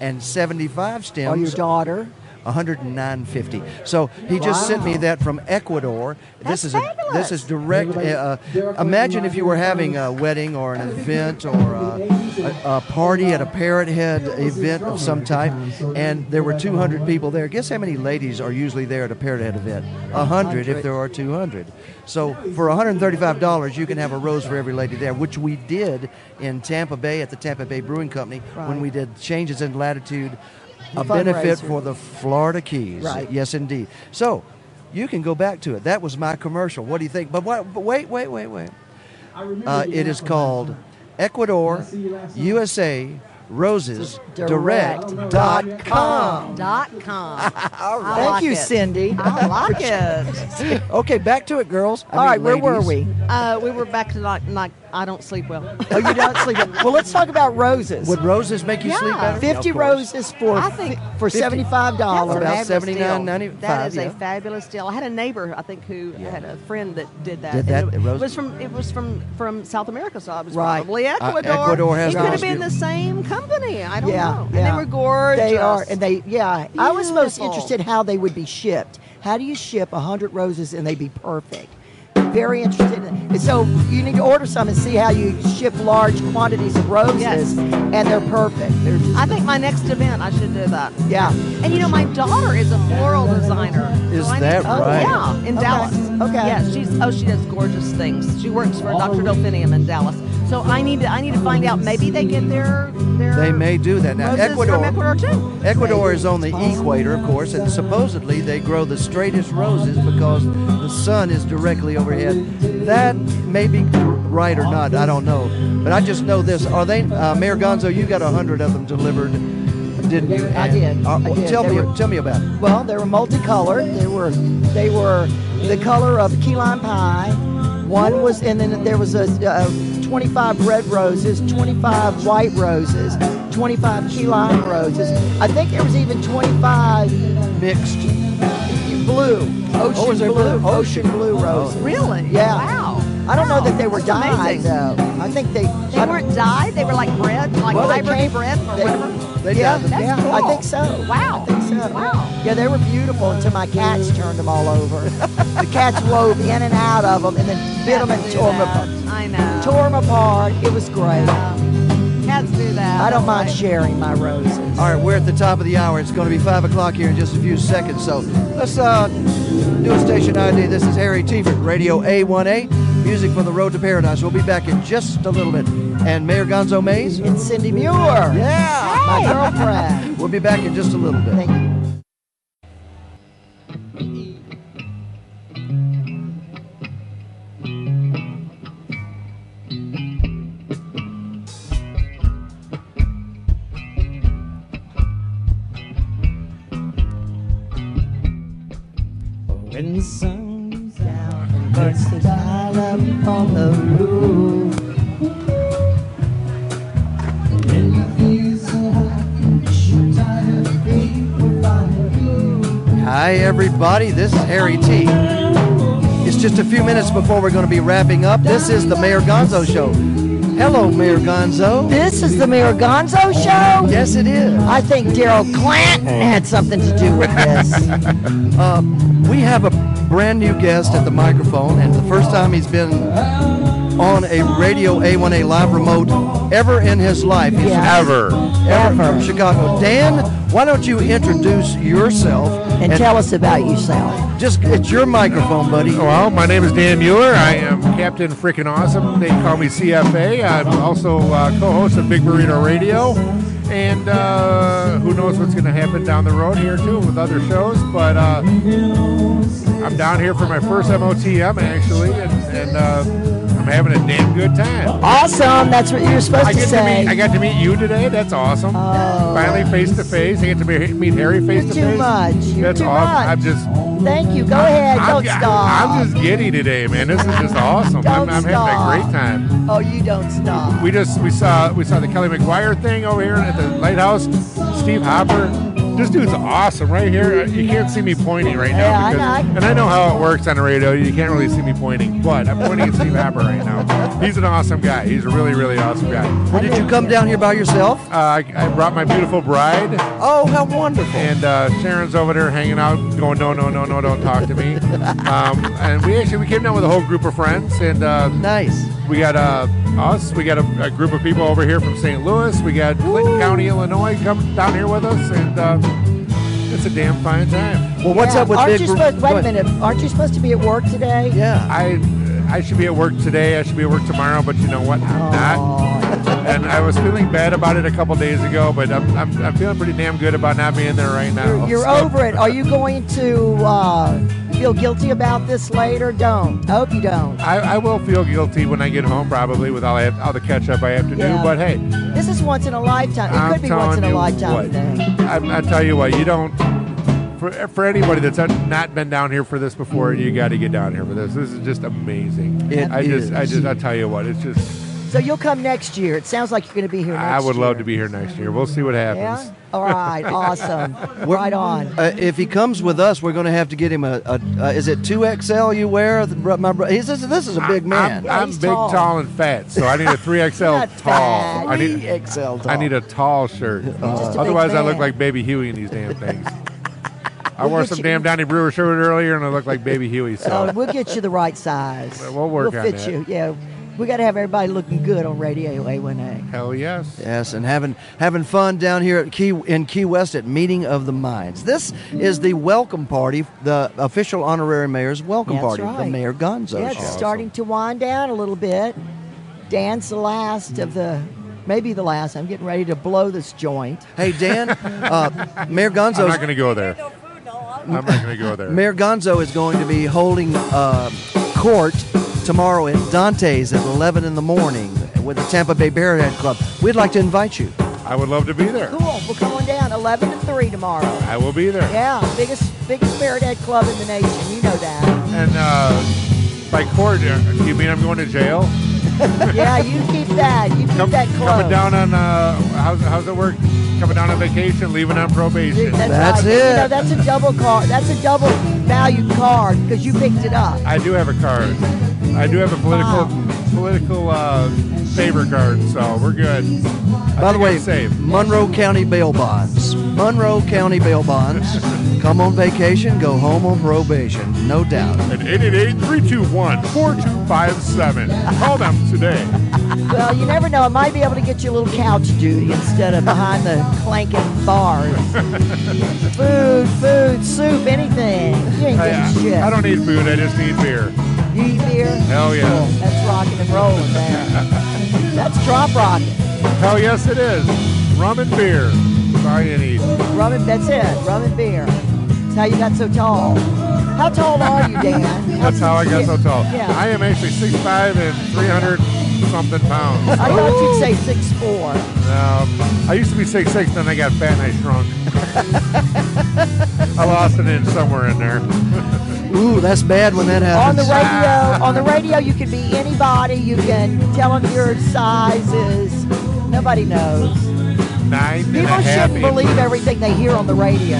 S3: and 75 stems
S1: or your daughter?
S3: 109.50. So he just sent me that from Ecuador.
S9: That's
S3: this is a,
S9: fabulous.
S3: this is direct. Uh, uh, imagine if you were having a wedding or an event or a, a, a party at a Parrot Head event of some type, and there were 200 people there. Guess how many ladies are usually there at a Parrot Head event? A hundred, if there are 200. So for 135 dollars, you can have a rose for every lady there, which we did in Tampa Bay at the Tampa Bay Brewing Company when
S1: Right.
S3: we did changes in latitude. A
S1: Fundraiser.
S3: benefit for the Florida Keys.
S1: Right.
S3: Yes, indeed. So you can go back to it. That was my commercial. What do you think? But, what, but wait, wait, wait, wait. Uh, it is called Ecuador USA Roses Direct.com.
S9: Dot com. I
S1: Thank
S9: like
S1: you,
S9: it.
S1: Cindy.
S9: I like it.
S3: Okay, back to it, girls. I
S1: All right,
S3: mean,
S1: where were
S3: ladies.
S1: we?
S9: Uh, we were back to like, like I don't sleep well.
S1: Oh, you don't sleep. Well, let's talk about roses.
S3: Would roses make you
S9: Yeah.
S3: sleep better?
S1: Fifty
S3: Of course.
S1: roses for
S9: I think
S1: for
S3: 50
S1: seventy five
S9: That's
S1: dollars.
S9: a
S3: About
S9: fabulous deal.
S3: $79.95,
S9: That is
S3: yeah.
S9: a fabulous deal. I had a neighbor, I think, who had a friend that did that.
S3: Did
S9: and
S3: that,
S9: It,
S3: Rose?
S9: was from it was from from South America, so I was
S1: Right.
S9: probably
S1: Uh,
S9: Ecuador.
S3: Ecuador has
S9: it could have
S3: those
S9: been the
S3: beautiful-
S9: same company. I don't
S1: Yeah,
S9: know. And
S1: yeah.
S9: they were gorgeous.
S1: They are, and they yeah. I was most
S9: Beautiful.
S1: interested how they would be shipped. How do you ship hundred roses and they be perfect? Very interested. in- So you need to order some and see how you ship large quantities of roses,
S9: Yes.
S1: and they're perfect. They're just,
S9: I think my next event, I should do that.
S1: yeah.
S9: And you know, my daughter is a floral designer.
S3: Is
S9: I
S3: that
S9: oh,
S3: right?
S9: Yeah, in
S1: Okay,
S9: Dallas.
S1: okay.
S9: Yeah, she's oh, she does gorgeous things. She works for Dr. Delphinium in Dallas. So I need to I need to find out. Maybe they get their their
S3: They may do that. Now,
S9: roses from Ecuador too.
S3: Ecuador is on the equator, of course, and supposedly they grow the straightest roses because the sun is directly overhead. That may be right or not, I don't know. But I just know this: Are they, uh, Mayor Gonzo? You got a hundred of them delivered, didn't you?
S1: I
S3: And-
S1: did,
S3: uh,
S1: I
S3: well,
S1: did.
S3: Tell
S1: They
S3: me,
S1: were-
S3: tell me about it.
S1: Well, they were multicolored. They were they were the color of key lime pie. One was, and then there was a, uh 25 red roses, 25 white roses, 25 key lime roses. I think there was even 25
S3: Mixed.
S1: blue, ocean
S3: Oh, was there
S1: blue,
S3: blue? Oh,
S1: ocean blue roses.
S9: Really?
S1: Yeah.
S9: Wow.
S1: I don't know that they were
S9: That's
S1: dyed
S9: amazing.
S1: though. I think they.
S9: They
S1: I-
S9: weren't dyed. They were like bread, like
S1: Well, they
S9: hybrid
S1: came-
S9: bread or
S1: they-
S9: whatever.
S3: They
S1: yeah,
S3: dyed them.
S9: That's
S1: yeah,
S9: cool.
S1: I think so.
S9: Wow.
S1: I think so.
S9: Wow.
S1: Yeah, they were beautiful until my cats turned them all over. the cats wove in and out of them and then bit them and
S9: Cats do
S1: tore them
S9: that.
S1: apart.
S9: I know.
S1: Tore them apart. It was great.
S9: Yeah. Cats do that.
S1: I don't
S9: That's
S1: mind
S9: right.
S1: sharing my roses.
S3: All right, we're at the top of the hour. It's going to be five o'clock here in just a few seconds. So let's uh, do a station ID. This is Harry Tiefert, Radio A1A, music for the Road to Paradise. We'll be back in just a little bit. And Mayor Gonzo Mays.
S1: And Cindy Muir, yeah.
S3: Yeah.
S1: my girlfriend.
S3: We'll be back in just a little bit.
S1: Thank you. when the sun's out and birds sit high up on the roof. And you feel so hot, you should tie her paper by the roof.
S3: Hi, everybody. This is Harry T. It's just a few minutes before we're going to be wrapping up. This is the Mayor Gonzo Show. Hello, Mayor Gonzo.
S1: This is the Mayor Gonzo show?
S3: Yes, it is. Oh.
S1: I think Daryl Clanton had something to do with this.
S3: Um, We have a brand new guest at the microphone, and the first time he's been on a Radio A1A live remote ever in his life. He's
S1: Yeah.
S6: Ever.
S3: ever from Chicago. Dan, why don't you introduce yourself
S1: And tell us about yourself.
S3: just it's your microphone, buddy.
S10: Well, my name is Dan Mueller. I am Captain Freaking Awesome. They call me CFA. I'm also uh, co-host of Big Burrito Radio, and uh, who knows what's going to happen down the road here too with other shows. But uh, I'm down here for my first MOTM actually, and, and uh, I'm having a damn good time.
S1: Awesome. That's what you were supposed
S10: I
S1: to
S10: get to meet I
S1: say.
S10: got to meet you today. That's awesome. Finally face to face. I get to be- meet Harry face to face.
S1: Too much. You're
S10: That's
S1: too
S10: awesome.
S1: much.
S10: I'm just.
S1: Thank you. Go ahead. Don't
S10: I'm,
S1: stop.
S10: I'm just giddy today, man. This is just awesome. I'm,
S1: Don't
S10: I'm having a
S1: stop.
S10: great time.
S1: Oh, you don't stop.
S10: We just we saw we saw the Kelly McGuire thing over here at the lighthouse. Steve Hopper. This dude's awesome right here. You can't see me pointing right now.
S1: Yeah, I
S10: because-
S1: know.
S10: And I know how it works on the radio. You can't really see me pointing, but I'm pointing at Steve Hopper right now. He's an awesome guy. He's a really, really awesome guy.
S3: Well, did you come down here by yourself?
S10: Uh, I, I brought my beautiful bride.
S3: Oh, how wonderful.
S10: and uh, Sharon's over there hanging out, going, no, no, no, no, don't talk to me. um, and we actually we came down with a whole group of friends, and uh,
S3: Nice.
S10: we got uh, us, we got a, a group of people over here from St. Louis, we got Clinton County, Illinois, come down here with us, and uh, it's a damn fine time.
S3: Well, what's
S1: Yeah.
S3: up with
S1: aren't
S3: Big
S1: you
S3: Bur-
S1: supposed,
S3: go
S1: Wait a
S3: ahead.
S1: minute. Aren't you supposed to be at work today?
S3: Yeah.
S10: I I should be at work today, I should be at work tomorrow, but you know what? I'm
S1: Oh.
S10: not. And I was feeling bad about it a couple days ago, but I'm, I'm, I'm feeling pretty damn good about not being there right now.
S1: You're, you're
S10: So-
S1: over it. Are you going to uh, feel guilty about this later? Don't. I hope you don't.
S10: I, I will feel guilty when I get home, probably with all, I have, all the catch up I have to
S1: Yeah.
S10: do. But hey,
S1: This is once in a lifetime. It
S10: I'm
S1: could be
S10: telling
S1: once in a
S10: you
S1: lifetime
S10: what,
S1: thing.
S10: I, I tell you what, you don't. For, for anybody that's not been down here for this before, you got to get down here for this. This is just amazing.
S3: It
S10: I just, I
S3: is.
S10: just, I tell you what, it's just.
S1: So you'll come next year. It sounds like you're going to be here next year.
S10: I would love to be here next year. We'll see what happens.
S1: Yeah? All right. Awesome. right on.
S3: Uh, if he comes with us, we're going to have to get him a. a uh, is it two XL you wear? The bro- My bro- he's, this, this is a big man.
S10: I'm, I'm
S1: he's
S10: big,
S1: tall.
S10: tall. and fat, so I need a three XL tall.
S1: Not fat.
S10: I need
S3: Three XL tall.
S10: I need a tall shirt.
S1: just a big
S10: Otherwise, I look
S1: man.
S10: like Baby Huey in these damn things. I
S1: We'll
S10: wore
S1: get
S10: some
S1: you-
S10: damn Donnie Brewer shirt earlier, and I look like Baby Huey.
S1: Uh,
S10: So
S1: we'll get you the right size.
S10: We'll work
S1: We'll
S10: on
S1: fit
S10: that.
S1: you. Yeah. We got to have everybody looking good on Radio A1A.
S10: hell yes.
S3: Yes, and having having fun down here at Key in Key West at Meeting of the Minds. This is the welcome party, the official honorary mayor's welcome
S1: That's
S3: party, the
S1: right.
S3: Mayor Gonzo
S1: Yeah,
S3: show.
S1: it's starting to wind down a little bit. Dan's the last of the, maybe the last. I'm getting ready to blow this joint.
S3: Hey Dan, uh, Mayor
S10: I'm not
S3: Gonzo's
S10: going to go there. I'm not going to go there.
S3: Mayor Gonzo is going to be holding uh, court tomorrow at Dante's at 11 in the morning with the Tampa Bay Barrett Club. We'd like to invite you.
S10: I would love to be there.
S1: Cool. We're going down 11 to 3 tomorrow.
S10: I will be there.
S1: Yeah, biggest biggest spirit head club in the nation. You know that.
S10: And uh, by court, uh, you mean I'm going to jail?
S1: Yeah, you keep that. You keep
S10: Come-
S1: that club.
S10: coming down on uh, how's, how's it work? Coming down on vacation, leaving on probation.
S3: That's
S1: right.
S3: it.
S1: You know, that's a double card. That's a double valued card because you picked it up.
S10: I do have a card. I do have a political political uh, favor card, so we're good. I
S3: By the
S10: think
S3: way,
S10: I'm safe.
S3: Monroe County bail bonds. Monroe County bail bonds. Come on vacation, go home on probation, no doubt.
S10: at 888-321-4257. Call them today.
S1: Well, you never know. I might be able to get you a little couch duty instead of behind the clanking bars. food, food, soup, anything. You ain't
S10: I, uh,
S1: getting shit.
S10: I don't need food. I just need beer.
S1: You eat beer?
S10: Hell yeah.
S1: Cool. That's rocking and rolling, man. That's drop rocking.
S10: Hell yes, it is. Rum and beer. Sorry, and eat.
S1: Rum and that's it. Rum and beer. That's how you got so tall. How tall are you, Dan?
S10: That's how I got so tall.
S1: Yeah.
S10: I am actually 6'5 and 300 something pounds.
S1: I thought you'd say six four.
S10: Um, I used to be six six, then I got fat and I shrunk. I lost it in somewhere in there.
S3: Ooh, that's bad when that
S1: On
S3: happens.
S1: the radio, on the radio, you can be anybody. You can tell them your sizes. Nobody knows.
S10: Nine and a
S1: People
S10: half
S1: shouldn't
S10: inches.
S1: believe everything they hear on the radio.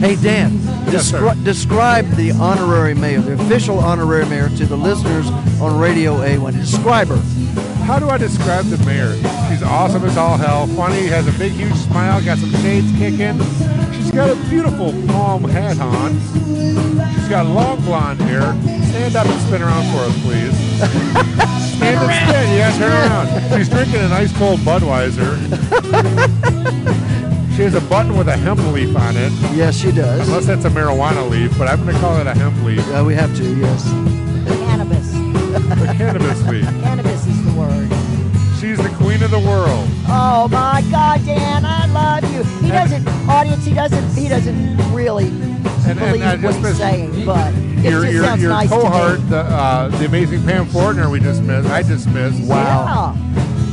S3: Hey Dan,
S10: Yes, sir.
S3: descri- describe the honorary mayor, the official honorary mayor, to the listeners on Radio A1. Describe her.
S10: How do I describe the mayor? She's awesome as all hell, funny, has a big, huge smile, got some shades kicking. She's got a beautiful palm hat on. She's got long blonde hair. Stand up and spin around for us, please. Stand and spin, yeah, turn around. She's drinking an ice cold Budweiser. she has a button with a hemp leaf on it,
S3: Yes, she does.
S10: unless that's a marijuana leaf, but I'm going to call it a hemp leaf,
S3: Uh, we have to. Yes.
S1: Cannabis.
S10: a cannabis leaf.
S1: Cannabis is the word.
S10: She's the queen of the world.
S1: Oh my God, Dan, I love you. He doesn't, audience. He doesn't. He doesn't really
S10: and
S1: believe
S10: I
S1: what
S10: just
S1: he's
S10: missed-
S1: saying, but it
S10: your
S1: just
S10: your,
S1: sounds
S10: your
S1: nice
S10: cohort,
S1: to me.
S10: the, uh, the amazing Pam Fortner, we just missed. I just missed.
S1: Yeah,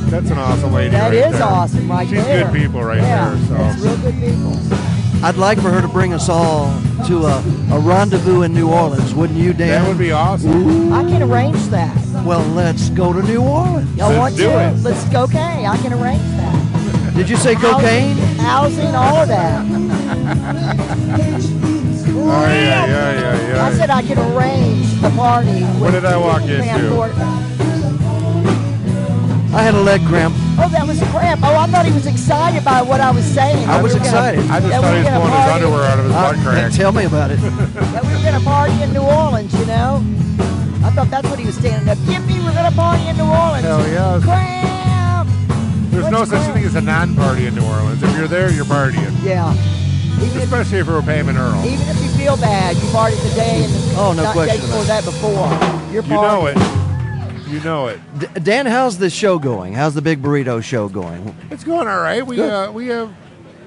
S10: that's an awesome lady.
S1: that
S10: right
S1: is
S10: there.
S1: awesome, right
S10: She's
S1: there.
S10: good people, right
S1: yeah,
S10: there.
S1: that's
S10: So
S1: real good people.
S3: I'd like for her to bring us all to a, a rendezvous in New Orleans, wouldn't you, Dan?
S10: that would be awesome.
S1: I can arrange that.
S3: Well, let's go to New Orleans.
S1: Y'all
S10: Let's
S1: want
S10: do
S1: to?
S10: it.
S1: Let's go. Okay, I can arrange that.
S3: Did you say cocaine?
S1: housing, housing, all of that.
S10: Oh yeah, yeah, yeah, yeah.
S1: I said I can arrange the party. With
S10: What did I walk
S1: Pam
S10: into?
S1: Fortner.
S3: I had a leg cramp.
S1: Oh, that was cramp. Oh, I thought he was excited by what I was saying.
S3: I
S1: That
S3: was
S1: we were gonna-
S3: excited.
S10: I just
S1: that
S10: thought
S1: we
S10: he
S1: were
S10: was
S1: gonna
S10: pulling his
S1: party-
S10: underwear out of his butt
S3: Uh,
S10: crack.
S3: tell me about it.
S1: that we were gonna party in New Orleans, you know. I thought that's what he was standing up. Yippee, we're gonna party in New Orleans.
S10: Hell yes.
S1: Cramp.
S10: There's no
S1: What's
S10: such
S1: cramp?
S10: thing as a non-party in New Orleans. If you're there, you're partying.
S1: Yeah. Even if,
S10: Especially if we're Pam and Earl.
S1: even if you feel bad, you partied the day and the
S3: Oh, no
S1: not
S3: question
S1: day before that before. You're
S10: You know
S1: partying.
S10: it. You know it.
S3: D- Dan, how's the show going? How's the Big Burrito show going?
S10: It's going all right. We
S3: Good.
S10: uh, we have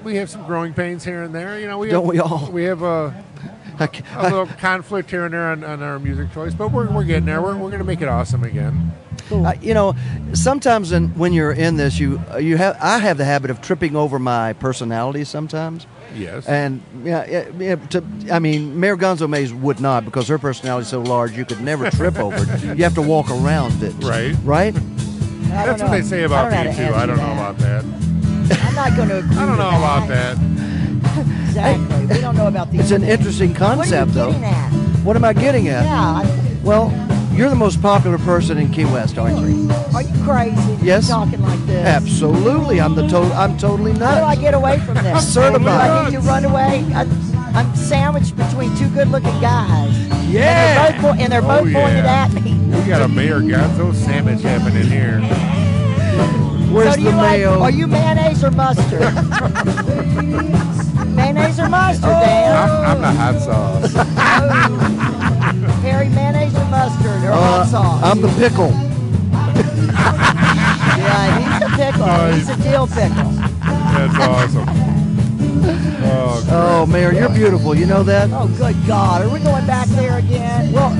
S10: we have some growing pains here and there. You know, we
S3: Don't
S10: have,
S3: we all?
S10: We have uh,
S3: I c-
S10: a little conflict here and there on, on our music choice, but we're, we're getting there. We're, we're going to make it awesome again.
S3: Uh, you know, sometimes in, when you're in this, you uh, you have I have the habit of tripping over my personality sometimes.
S10: Yes.
S3: And yeah, yeah, yeah, to, I mean, Mayor Gonzo Mays would not because her personality is so large you could never trip over it. You have to walk around it.
S10: Right.
S3: Right.
S1: I don't
S10: That's what
S1: know.
S10: they say about
S1: I don't know
S10: me,
S1: how to
S10: too. I
S1: answer
S10: don't know
S1: that.
S10: about that.
S1: I'm not going to agree.
S10: I don't
S1: with
S10: know about that.
S1: Exactly. We don't know about these.
S3: It's an
S1: things.
S3: interesting concept,
S1: what are you getting
S3: though.
S1: At?
S3: What am I getting at?
S1: Yeah.
S3: Well, you're the most popular person in Key West, aren't you?
S1: I- Are you crazy?
S3: Yes.
S1: Talking like this.
S3: Absolutely. I'm the to- I'm totally
S1: How do I
S3: nuts.
S1: get away from this?
S3: Certified.
S1: Do I need to run away. I, I'm sandwiched between two good-looking guys.
S3: Yeah.
S1: And they're both, po- and they're
S10: Oh,
S1: both pointed
S10: yeah.
S1: at me.
S10: We got a Mayor Gonzo sandwich happening here.
S3: Where's
S1: so do
S3: the
S1: you
S3: mayo?
S1: like? Are you mayonnaise or mustard? mayonnaise or mustard,
S10: I'm,
S3: Oh.
S1: Dan?
S10: I'm the hot sauce.
S1: Harry, mayonnaise or mustard or
S3: Uh,
S1: hot sauce?
S3: I'm the pickle.
S1: yeah, he's a pickle. he's a dill pickle.
S10: That's awesome. Oh,
S3: Oh, Mayor, you're beautiful. You know that?
S1: Oh, good God! Are we going back there again? Well,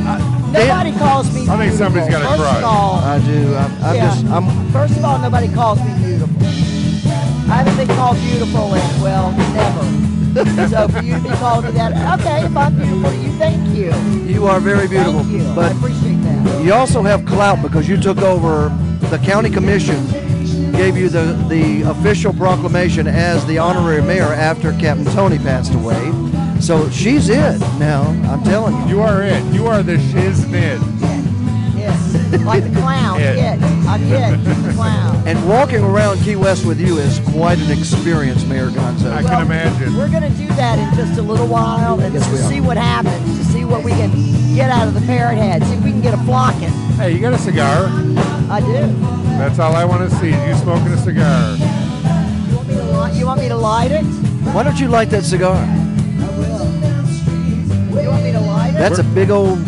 S1: nobody calls me.
S10: I think somebody's
S1: beautiful.
S10: got a
S1: First
S10: crush.
S1: Of all,
S3: I do. I'm, I'm
S1: Yeah.
S3: just. I'm.
S1: First of all, nobody calls me beautiful. I haven't been called beautiful in, well, never. so for you to be called to that, okay, if I'm beautiful to you, thank you.
S3: You are very beautiful.
S1: Thank you. I
S3: But
S1: appreciate that.
S3: you also have clout because you took over the county commission, gave you the the official proclamation as the honorary mayor after Captain Tony passed away. So she's it now. I'm telling you.
S10: You are it. You are the shiznit.
S1: Yes. Like the clown.
S10: It.
S1: It. I'm it. The clown.
S3: And walking around Key West with you is quite an experience, Mayor
S10: I
S3: Gonzo.
S10: can imagine.
S1: We're going to do that in just a little while and
S3: Yes,
S1: to
S3: we are.
S1: see what happens, to see what we can get out of the parrot head, see if we can get a flocking.
S10: Hey, you got a cigar?
S1: I do.
S10: That's all I want to see. is You smoking a cigar?
S1: You want me to, li- you want me to light it?
S3: Why don't you light that cigar?
S1: I will. You want me to light it?
S3: That's a big old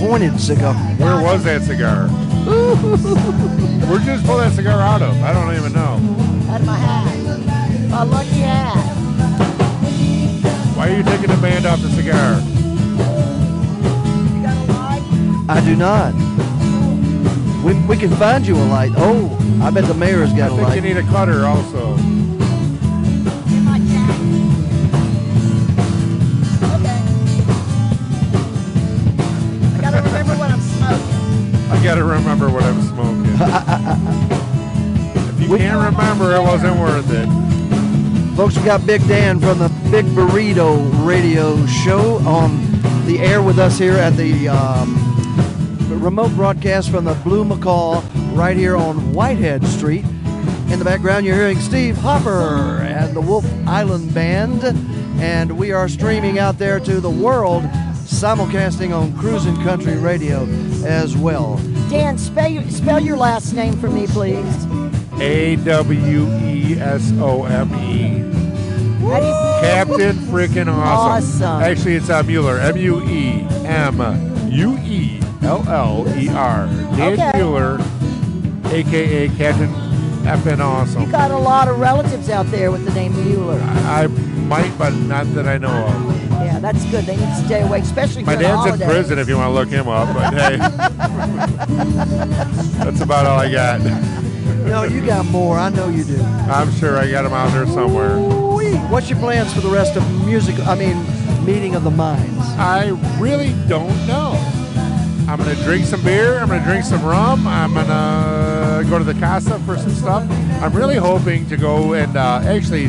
S3: pointed cigar.
S10: Where was that cigar? Where'd you just pull that cigar out of? I don't even know.
S1: out of my hat. My lucky hat.
S10: Why are you taking the band off the cigar?
S1: You got a light?
S3: I do not. We, we can find you a light. Oh, I bet the mayor's got a
S10: I think
S3: light.
S10: you need a cutter also.
S2: I gotta remember what I'm smoking.
S10: I gotta remember what I'm smoking. if you can't remember, it wasn't worth it.
S3: Folks, we got Big Dan from the Big Burrito Radio Show on the air with us here at the um, remote broadcast from the Blue McCall right here on Whitehead Street. In the background, you're hearing Steve Hopper and the Wolf Island Band, and we are streaming out there to the world, simulcasting on Cruisin' Country Radio as well.
S1: Dan, spell, spell your last name for me, please.
S10: A W E S O M E.
S1: How do you-
S10: Captain freaking awesome.
S1: Awesome.
S10: Actually, it's uh, Mueller. M U E M U E L L E R. Dan
S1: Okay.
S10: Mueller, aka Captain effing awesome.
S1: You got a lot of relatives out there with the name Mueller.
S10: I might, but not that I know of.
S1: Yeah, that's good. They need to stay awake, especially
S10: My
S1: for the
S10: dad's
S1: holidays.
S10: in prison if you want to look him up, but hey. That's about all I got.
S3: No, you got more. I know you do.
S10: I'm sure I got him out there somewhere.
S3: Whee! What's your plans for the rest of music? I mean, meeting of the minds.
S10: I really don't know. I'm gonna drink some beer. I'm gonna drink some rum. I'm gonna go to the casa for some stuff. I'm really hoping to go and uh, actually,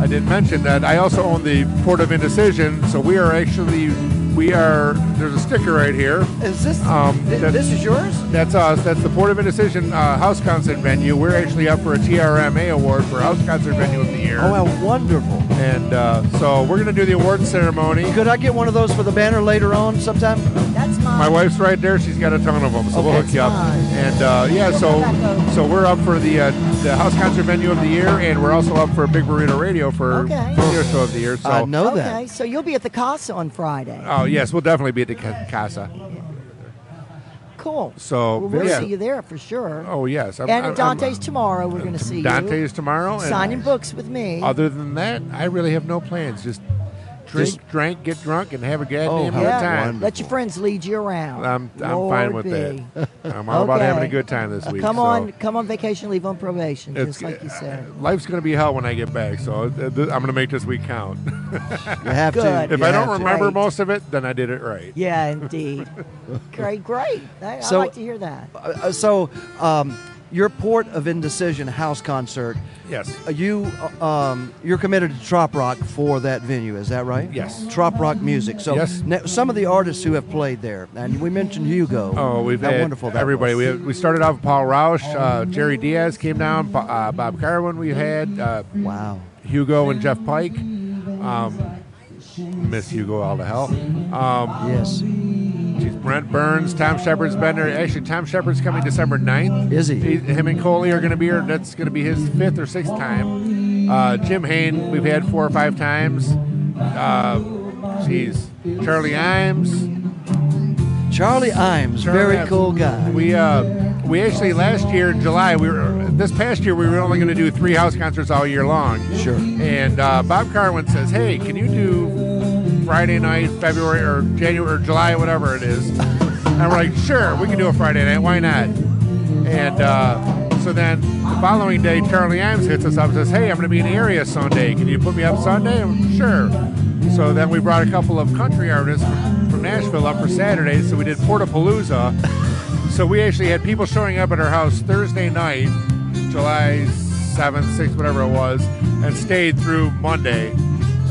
S10: I didn't mention that I also own the Port of Indecision. So we are actually we are there's a sticker right here.
S3: Is this
S10: Um,
S3: thi-
S10: that-
S3: this is yours?
S10: That's us. That's the Port of Indecision uh, house concert venue. We're actually up for a TRMA award for house concert venue of the year.
S3: Oh, how wonderful!
S10: And uh, so we're gonna do the award ceremony.
S3: Could I get one of those for the banner later on sometime?
S1: That's mine.
S10: My wife's right there. She's got a ton of them, so we'll
S3: Okay.
S10: hook you up.
S1: Fine.
S10: And uh, yeah, so so we're up for the uh, the house concert venue of the year, and we're also up for Big Burrito Radio for
S1: Okay.
S10: radio show of the year. So
S3: I know
S1: Okay, so you'll be at the Casa on Friday.
S10: oh yes, we'll definitely be at the ca- casa.
S1: Cool.
S10: So,
S1: well, we'll
S10: yeah.
S1: see you there for sure.
S10: Oh yes, I'm,
S1: and
S10: I'm-
S1: at Dante's
S10: I'm-
S1: tomorrow, we're going to see
S10: Dante's
S1: you.
S10: tomorrow. and-
S1: Signing books with me.
S10: Other than that, I really have no plans. Just drink,
S3: Just-
S10: drink, get drunk, and have a
S3: Oh,
S10: goddamn
S3: how
S10: good
S1: yeah,
S10: time.
S1: let your friends lead you around.
S10: I'm, I'm
S1: Lord
S10: fine with
S1: be.
S10: that. I'm all about
S1: Okay. Uh,
S10: having a good time this week.
S1: Come
S10: so.
S1: on, come on vacation, leave on probation, just like you said.
S10: Life's gonna be hell when I get back, so uh, th- I'm gonna make this week count.
S3: You have
S1: Good.
S3: to.
S10: if
S3: You
S10: I
S3: have
S10: don't
S3: to.
S10: remember
S1: Right.
S10: most of it, then I did it right.
S1: Yeah, indeed. great, great. I,
S3: So-
S1: I like to hear that.
S3: Uh, uh, so, um, your port of indecision house concert.
S10: Yes.
S3: uh, You uh, um, you're committed to trop rock for that venue, is that right?
S10: Yes.
S3: Trop rock music. So
S10: Yes.
S3: now, some of the artists who have played there, and we mentioned Hugo.
S10: Oh, we've
S3: how
S10: had
S3: wonderful that
S10: everybody.
S3: was.
S10: We, had, we started off with Paul Roush, uh, Jerry Diaz came down, Bo- uh, Bob Carwin. We had uh,
S3: Wow.
S10: Hugo and Jeff Pike. Um, miss Hugo all to hell. Um,
S3: Yes.
S10: geez, Brent Burns, Tom Shepard's been there. Actually, Tom Shepard's coming December 9th.
S3: Is he?
S10: Him and Coley are going to be here. That's going to be his fifth or sixth time. Uh, Jim Hain, we've had four or five times. Uh, geez, Charlie Imes.
S3: Charlie Imes,
S10: Charlie
S3: very
S10: Imes.
S3: cool guy.
S10: We uh, we actually last year in July we were this past year we were only going to do three house concerts all year long.
S3: Sure.
S10: And uh, Bob Carwin says, "Hey, can you do Friday night, February or January or July, whatever it is?" and we're like, "Sure, we can do a Friday night. Why not?" And uh, so then the following day, Charlie Imes hits us up and says, "Hey, I'm going to be in the area Sunday. Can you put me up Sunday?" I'm, sure. So then we brought a couple of country artists from, from Nashville up for Saturday. So we did Portapalooza. So we actually had people showing up at our house Thursday night, July 7th, 6th, whatever it was, and stayed through Monday.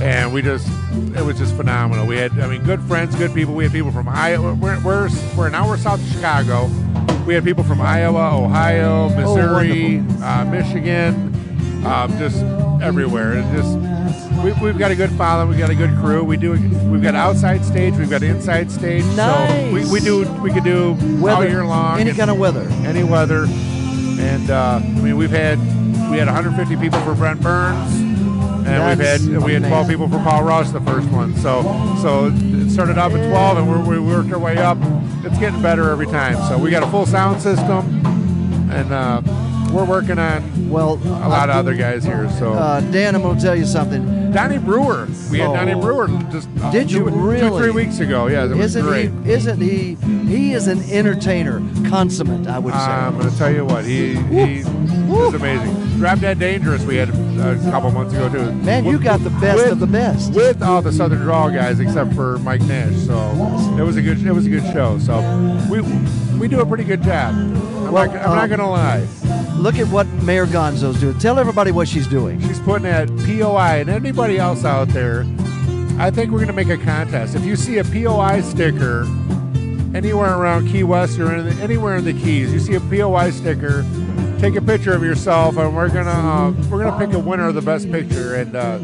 S10: And we just, it was just phenomenal. We had, I mean, good friends, good people. We had people from Iowa. We're, we're, we're an hour south of Chicago. We had people from Iowa,
S3: Oh,
S10: Ohio, Missouri, uh, Michigan, um, just everywhere. It just, we, we've got a good following. We've got a good crew. We do. We've got outside stage. We've got inside stage. So we, we
S3: Nice.
S10: do. We could do all
S3: Weather,
S10: year long.
S3: Any
S10: and
S3: kind of weather.
S10: any weather. And uh, I mean, we've had we had 150 people for Brent Burns, and
S3: That's
S10: we've had we had 12
S3: amazing.
S10: people for Paul Ross the first one. So so it started off at 12, and we're, we worked our way up. It's getting better every time. So we got a full sound system, and uh, we're working on
S3: Well,
S10: a lot of other guys here. So
S3: Uh, Dan, I'm going to tell you something.
S10: Donnie Brewer, we had
S3: Oh.
S10: Donnie Brewer just uh,
S3: Did you
S10: two, two
S3: really?
S10: three weeks ago. Yeah, it was
S3: isn't
S10: great.
S3: he? Isn't he? He is an entertainer, consummate. I would say.
S10: I'm going to tell you what he he is amazing. Drop Dead Dangerous we had a couple months ago too.
S3: Man, you got the best of the best.
S10: with all the Southern Draw guys except for Mike Nash. So it was a good it was a good show. So we we do a pretty good job. I'm
S3: Well,
S10: not, I'm not
S3: um,
S10: going to lie.
S3: Look at what Mayor Gonzo's doing. Tell everybody what she's doing.
S10: She's putting that POI and anybody else out there. I think we're going to make a contest. If you see a POI sticker anywhere around Key West or in anywhere in the Keys, you see a POI sticker, take a picture of yourself, and we're gonna uh, we're gonna pick a winner of the best picture and uh,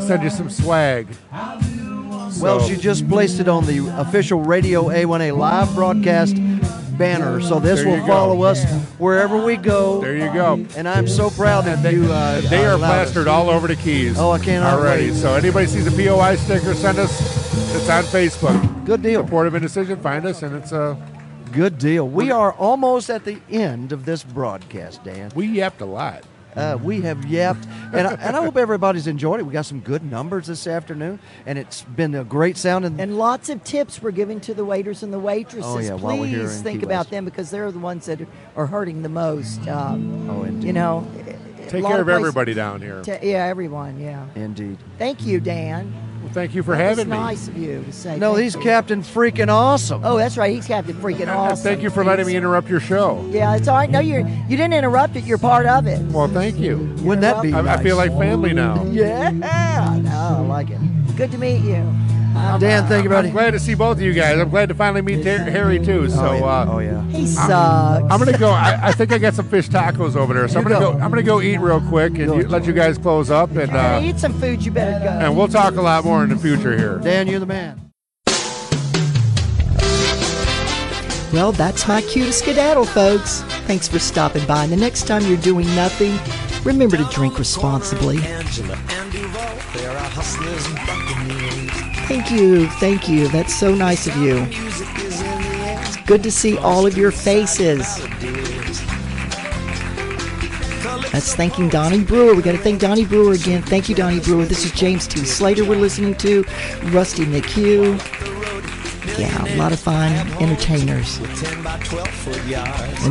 S10: send you some swag.
S3: Well,
S10: So-
S3: she just placed it on the official Radio A1A live broadcast banner, so this
S10: There you
S3: will
S10: go.
S3: follow us wherever we go.
S10: There you go.
S3: And I'm so proud that you. Uh,
S10: They
S3: uh,
S10: are
S3: allowed us.
S10: plastered all over the Keys.
S3: Oh, I cannot
S10: already.
S3: wait.
S10: So anybody sees a POI sticker, send us. It's on Facebook.
S3: Good deal.
S10: Support of indecision. Find us, and it's uh,
S3: Good deal. We are almost at the end of this broadcast, Dan.
S10: we yapped a lot.
S3: Uh, we have yapped, and I, and I hope everybody's enjoyed it. We got some good numbers this afternoon, and it's been a great sound. And,
S1: And lots of tips we're giving to the waiters and the waitresses.
S3: Oh, yeah, while we're here
S1: Please
S3: in
S1: think
S3: Key
S1: about
S3: West.
S1: them because they're the ones that are hurting the most. Um,
S3: oh, indeed,
S1: you know, a
S10: Take
S1: lot
S10: care of
S1: places-
S10: everybody down here.
S1: Ta- yeah, everyone. Yeah.
S3: indeed.
S1: Thank you, Dan.
S10: Well, thank you for
S1: That was
S10: having me.
S1: nice of you to say.
S3: No,
S1: thank
S3: he's
S1: you.
S3: Captain Freaking Awesome.
S1: Oh, that's right. He's Captain Freaking
S10: And
S1: Awesome.
S10: Thank you for letting me interrupt your show.
S1: Yeah, it's all right. No, you you didn't interrupt it. You're part of it.
S10: Well, thank you.
S3: Wouldn't that be? Ah,
S10: I,
S3: nice?
S10: I feel like family now.
S1: Yeah. No, I like it. Good to meet you. Uh,
S3: Dan. Thank you, buddy.
S10: I'm glad to see both of you guys. I'm glad to finally meet Ter- Harry too. So
S3: oh, yeah.
S10: uh,
S3: oh yeah.
S1: He sucks.
S10: I'm gonna go. I, I think I got some fish tacos over there. So I'm
S3: You
S10: gonna go.
S3: go.
S10: I'm gonna go eat real quick and you, let you guys close up and
S1: Hey,
S10: uh,
S1: eat some food. You better go.
S10: and we'll talk a lot more in the future here.
S3: Dan, you're the man.
S1: Well, that's my cue to skedaddle, folks. Thanks for stopping by. And the next time you're doing nothing, remember to drink responsibly.
S4: Angela and Duval, they are our hustlers and buccaneers.
S1: Thank you. Thank you. That's so nice of you.
S4: Music is in the air.
S1: It's good to see all of your faces. That's thanking Donnie Brewer. We got to thank Donnie Brewer again. Thank you, Donnie Brewer. This is James T. Slater we're listening to, Rusty McHugh. Yeah, a lot of fine entertainers. And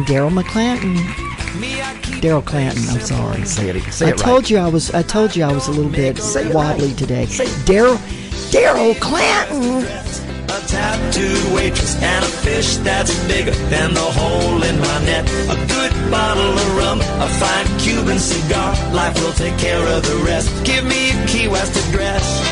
S1: Daryl McClanton. Daryl Clanton, I'm sorry. Say it. Say I told you I was. I told you I was a little bit wobbly today. Daryl. Daryl Clanton.
S4: A tattooed waitress and a fish that's bigger than the hole in my net. A good bottle of rum, a fine Cuban cigar. Life will take care of the rest. Give me a Key West address.